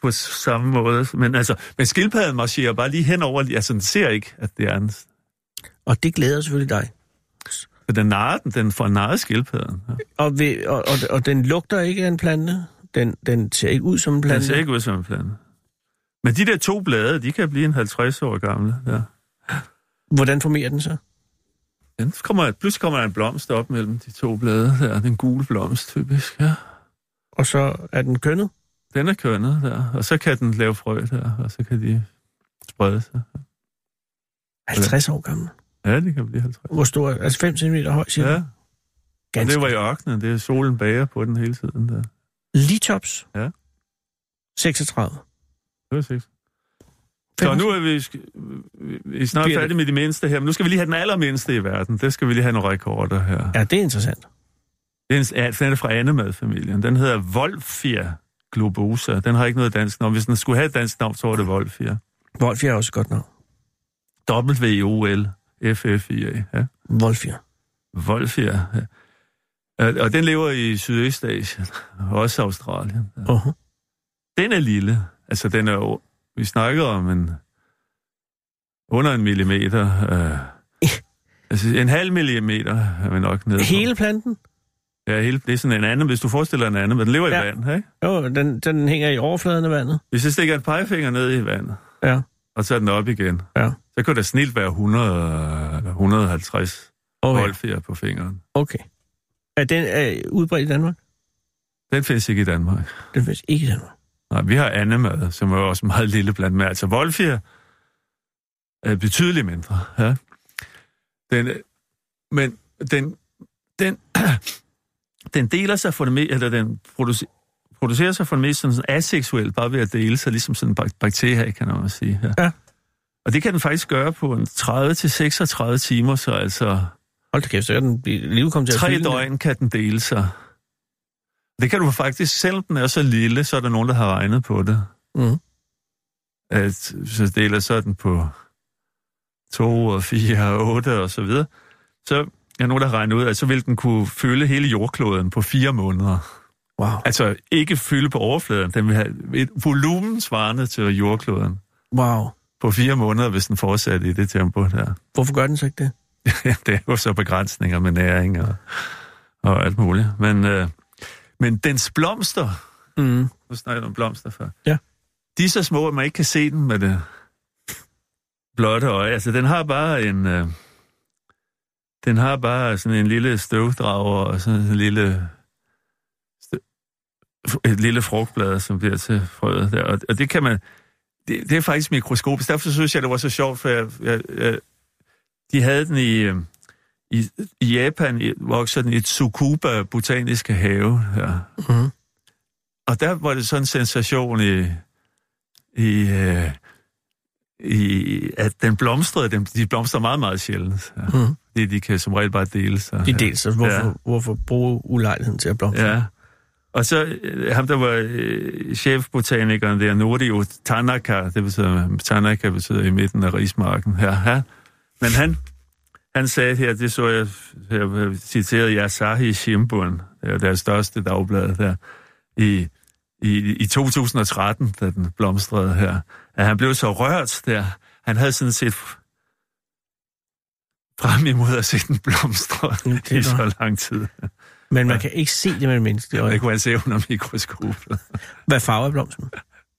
[SPEAKER 4] på samme måde. Men, altså, men skildpadden marcherer bare lige henover, altså den ser ikke, at det er en...
[SPEAKER 3] Og det glæder selvfølgelig dig.
[SPEAKER 4] For den narer den, den får narret skildpadden. Ja.
[SPEAKER 3] Og, ved, og, og, og den lugter ikke af en plante. Den, den ser ikke ud som en
[SPEAKER 4] Den
[SPEAKER 3] plante.
[SPEAKER 4] ser ikke ud som en plante. Men de der to blade, de kan blive en 50 år gamle. Ja.
[SPEAKER 3] Hvordan formerer den så?
[SPEAKER 4] Den kommer, pludselig kommer der en blomst op mellem de to blade der. Den gule blomst, typisk. Ja.
[SPEAKER 3] Og så er den kønnet.
[SPEAKER 4] Den er kønnet der, og så kan den lave frø der, og så kan de sprede sig.
[SPEAKER 3] 50 år gammel.
[SPEAKER 4] Ja, det kan blive 50.
[SPEAKER 3] Hvor stor? Altså 5 cm høj, siger
[SPEAKER 4] Ja,
[SPEAKER 3] ja,
[SPEAKER 4] og
[SPEAKER 3] Ganske.
[SPEAKER 4] det var i ørkenen, det er solen bager på den hele tiden der.
[SPEAKER 3] Litops.
[SPEAKER 4] Ja.
[SPEAKER 3] 36.
[SPEAKER 4] Det var seks. Så nu er vi, sk- vi er snart
[SPEAKER 3] Bliver det-
[SPEAKER 4] færdige med de mindste her, men nu skal vi lige have den allermindste i verden. Der skal vi lige have nogle rekorder her. Ja.
[SPEAKER 3] Ja, det er interessant.
[SPEAKER 4] Den, er, den er fra Annemad-familien. Den hedder Wolfia globosa. Den har ikke noget dansk navn. Hvis den skulle have et dansk navn, så var det Wolfia.
[SPEAKER 3] Wolf er også et godt navn.
[SPEAKER 4] W-O-L-F-F-I-A. Ja.
[SPEAKER 3] Wolf
[SPEAKER 4] Wolfia. Øh, Og den lever i Sydøstasien, og også Australien.
[SPEAKER 3] Uh-huh.
[SPEAKER 4] Den er lille. Altså, den er jo, vi snakker om en, under en millimeter. Øh, altså, en halv millimeter er vi nok nede på.
[SPEAKER 3] Hele planten?
[SPEAKER 4] Ja, hele, det er sådan en anden, hvis du forestiller en anden, men den lever
[SPEAKER 3] Ja.
[SPEAKER 4] ja. i vand, ikke?
[SPEAKER 3] Jo, den, den hænger i overfladen af vandet.
[SPEAKER 4] Hvis jeg stikker en pegefinger ned i vandet,
[SPEAKER 3] Ja.
[SPEAKER 4] og tager den op igen,
[SPEAKER 3] Ja.
[SPEAKER 4] så kunne der snilt være 100 eller 150 okay.
[SPEAKER 3] Okay.
[SPEAKER 4] voldfjer på fingeren.
[SPEAKER 3] okay. Er den er udbredt i Danmark?
[SPEAKER 4] Den findes ikke i Danmark.
[SPEAKER 3] Den findes ikke i Danmark.
[SPEAKER 4] Nej, vi har andemad, som er jo også meget lille blandt med. Altså voldfjer er betydeligt mindre. Ja. Den, øh, men den, den, den deler sig for det meste, eller den producerer, producerer sig for det meste sådan, sådan aseksuelt, bare ved at dele sig, ligesom sådan en bak- bakterie, kan man også sige. Ja.
[SPEAKER 3] Ja.
[SPEAKER 4] Og det kan den faktisk gøre på en 30-36 timer, så altså
[SPEAKER 3] Hold da kæft, så er den lige kommet til at
[SPEAKER 4] Tre
[SPEAKER 3] fylde den.
[SPEAKER 4] døgn kan den dele sig. Det kan du faktisk, selvom den er så lille, så er der nogen, der har regnet på det.
[SPEAKER 3] Mhm.
[SPEAKER 4] At, så deler så den på 2 og 4 og 8 og så videre. Så er der nogen, der har regnet ud, at så vil den kunne fylde hele jordkloden på fire måneder.
[SPEAKER 3] Wow.
[SPEAKER 4] Altså ikke fylde på overfladen, den vil have et volumen svarende til jordkloden
[SPEAKER 3] wow.
[SPEAKER 4] på fire måneder, hvis den fortsætter i det tempo der.
[SPEAKER 3] Hvorfor gør den så ikke det?
[SPEAKER 4] Ja, det er jo så begrænsninger med næring og, og alt muligt. Men, øh, men dens blomster,
[SPEAKER 3] Mm.
[SPEAKER 4] nu snakker jeg om blomster før,
[SPEAKER 3] Ja.
[SPEAKER 4] de er så små, at man ikke kan se dem med det blotte øje. Altså, den har bare en... Øh, den har bare sådan en lille støvdrager og sådan en lille... støv- Et lille frugtblad, som bliver til frøet der. Og, og det kan man... Det, det er faktisk mikroskopisk. Derfor synes jeg, det var så sjovt, for jeg, jeg, jeg, de havde den i... Øh, i, I Japan i- vokser den i Tsukuba Botaniske Have. Ja.
[SPEAKER 3] Mhm.
[SPEAKER 4] Og der var det sådan en sensation i, i, øh, i at den blomstrede. Den, de blomstrer meget, meget sjældent. Ja.
[SPEAKER 3] Mhm.
[SPEAKER 4] De, de kan som regel bare dele sig.
[SPEAKER 3] De
[SPEAKER 4] ja.
[SPEAKER 3] dels, så hvorfor,
[SPEAKER 4] Ja.
[SPEAKER 3] ja. hvorfor bruge ulejligheden til at blomstre?
[SPEAKER 4] Ja. Og så øh, ham, der var øh, chefbotanikeren der, Nordio Tanaka, det betyder, Tanaka betyder i midten af rismarken. Ja, ja. Men han, han sagde her, det så jeg, jeg citerede Yasahi Shimbun, det er deres største dagblad der, i, i, i 2013, da den blomstrede her. At han blev så rørt der. Han havde sådan set frem imod at se den blomstre
[SPEAKER 3] Ja, det er
[SPEAKER 4] i så
[SPEAKER 3] godt.
[SPEAKER 4] lang tid.
[SPEAKER 3] Men man kan ikke se det med menneskelige
[SPEAKER 4] Og
[SPEAKER 3] øje.
[SPEAKER 4] det kunne han se under mikroskopet.
[SPEAKER 3] Hvad farve er blomsten?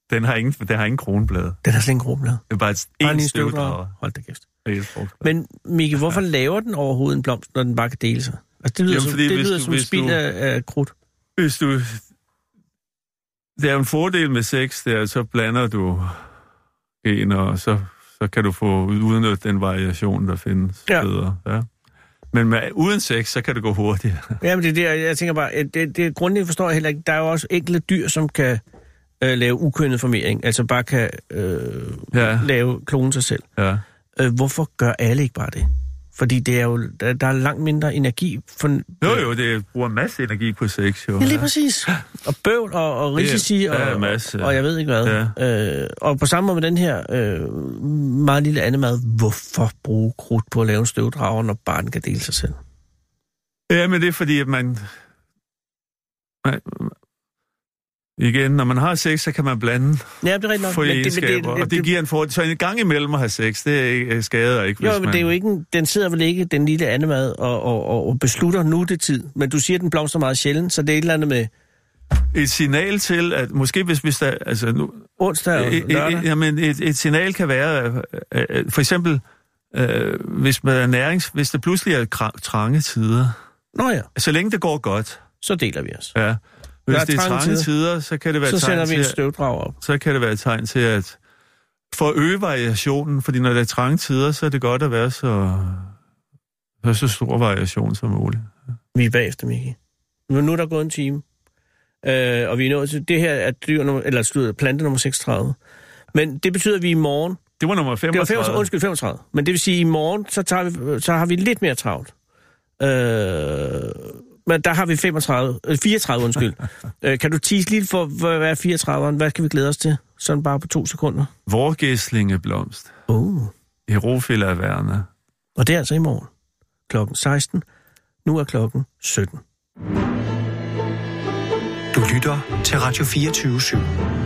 [SPEAKER 4] Den har ingen, den har ingen kronblad.
[SPEAKER 3] Den er slet ikke rumlet.
[SPEAKER 4] Det er bare et
[SPEAKER 3] Bare en
[SPEAKER 4] en
[SPEAKER 3] lille
[SPEAKER 4] støvdrager.
[SPEAKER 3] støvdrager. Hold da kæft.
[SPEAKER 4] og et frugtblad.
[SPEAKER 3] Men Mikke, hvorfor laver den overhovedet en blomst, når den bare kan dele sig? Altså, det lyder
[SPEAKER 4] Jamen,
[SPEAKER 3] Jamen, som,
[SPEAKER 4] fordi
[SPEAKER 3] det
[SPEAKER 4] hvis
[SPEAKER 3] lyder
[SPEAKER 4] du-
[SPEAKER 3] som
[SPEAKER 4] hvis
[SPEAKER 3] spild
[SPEAKER 4] du-
[SPEAKER 3] af, af krudt.
[SPEAKER 4] Hvis du... Det er jo en fordel med sex, der, så blander du gener, og så, så kan du få udnyttet den variation, der findes
[SPEAKER 3] Ja.
[SPEAKER 4] bedre. Ja. Men med, uden sex, så kan det gå hurtigere.
[SPEAKER 3] Jamen, det er der, jeg tænker bare, at det, det grundlæggende forstår jeg heller ikke. Der er jo også enkelte dyr, som kan øh, lave ukønnet formering, altså bare kan øh,
[SPEAKER 4] Ja,
[SPEAKER 3] lave klone sig selv.
[SPEAKER 4] ja.
[SPEAKER 3] Øh, hvorfor gør alle ikke bare det? Fordi det er jo, der, der er langt mindre energi. For,
[SPEAKER 4] Jo, jo, det bruger masse energi på sex, jo.
[SPEAKER 3] Ja, lige præcis. Og bøvl og, og risici
[SPEAKER 4] der er
[SPEAKER 3] og,
[SPEAKER 4] masse.
[SPEAKER 3] og jeg ved ikke hvad. Ja. Øh, og på samme måde med den her øh, meget lille andemad, hvorfor bruge krudt på at lave en støvdrager, når barnet kan dele sig selv?
[SPEAKER 4] Ja, men det er fordi, at man... man igen, når man har sex, så kan man blande
[SPEAKER 3] Ja, det er rigtigt nok.
[SPEAKER 4] for
[SPEAKER 3] men det,
[SPEAKER 4] egenskaber, det, det, det, og det giver en fordel. Så en gang imellem at have sex, det er ikke- øh, skader ikke.
[SPEAKER 3] Jo,
[SPEAKER 4] hvis
[SPEAKER 3] men det er jo ikke, en, den sidder vel ikke, den lille andemad, og, og, og, og beslutter nu er det tid. Men du siger, at den blomstrer meget sjældent, så det er et eller andet med
[SPEAKER 4] Et signal til, at måske hvis, hvis der... Altså nu,
[SPEAKER 3] onsdag og
[SPEAKER 4] et, et,
[SPEAKER 3] lørdag.
[SPEAKER 4] et, jamen, et, et signal kan være, øh, øh, øh, for eksempel, øh, hvis man er nærings... Hvis der pludselig er kra- trange tider,
[SPEAKER 3] Nå ja,
[SPEAKER 4] så længe det går godt,
[SPEAKER 3] så deler vi os.
[SPEAKER 4] ja. Hvis
[SPEAKER 3] Der er
[SPEAKER 4] det er
[SPEAKER 3] trange
[SPEAKER 4] trange
[SPEAKER 3] tider.
[SPEAKER 4] tider, så kan det være
[SPEAKER 3] Så
[SPEAKER 4] et tegn
[SPEAKER 3] sender vi
[SPEAKER 4] til,
[SPEAKER 3] en
[SPEAKER 4] at-
[SPEAKER 3] støvdrag op.
[SPEAKER 4] så kan det være et tegn til, at for at øge variationen, fordi når der er trange tider, så er det godt at være så, så, så stor variation som muligt.
[SPEAKER 3] Vi er bagefter, Miki. Men nu er der gået en time. Øh, og vi er nået til, det her er dyr nummer, eller slutter, plante nummer 36. Men det betyder, at vi i morgen,
[SPEAKER 4] Det var nummer
[SPEAKER 3] det var
[SPEAKER 4] 35.
[SPEAKER 3] 35, undskyld 35, men det vil sige, at i morgen, så, tager vi, så har vi lidt mere travlt. Øh, men der har vi 35, øh, 34, undskyld. øh, kan du tease lidt for, hvad hvad er 34'eren? Hvad skal vi glæde os til? Sådan bare på to sekunder.
[SPEAKER 4] Vorgæslingeblomst.
[SPEAKER 3] Oh.
[SPEAKER 4] Herofila Werner.
[SPEAKER 3] Og det er altså i morgen. Klokken 16. Nu er klokken 17.
[SPEAKER 2] Du lytter til Radio 24 /7.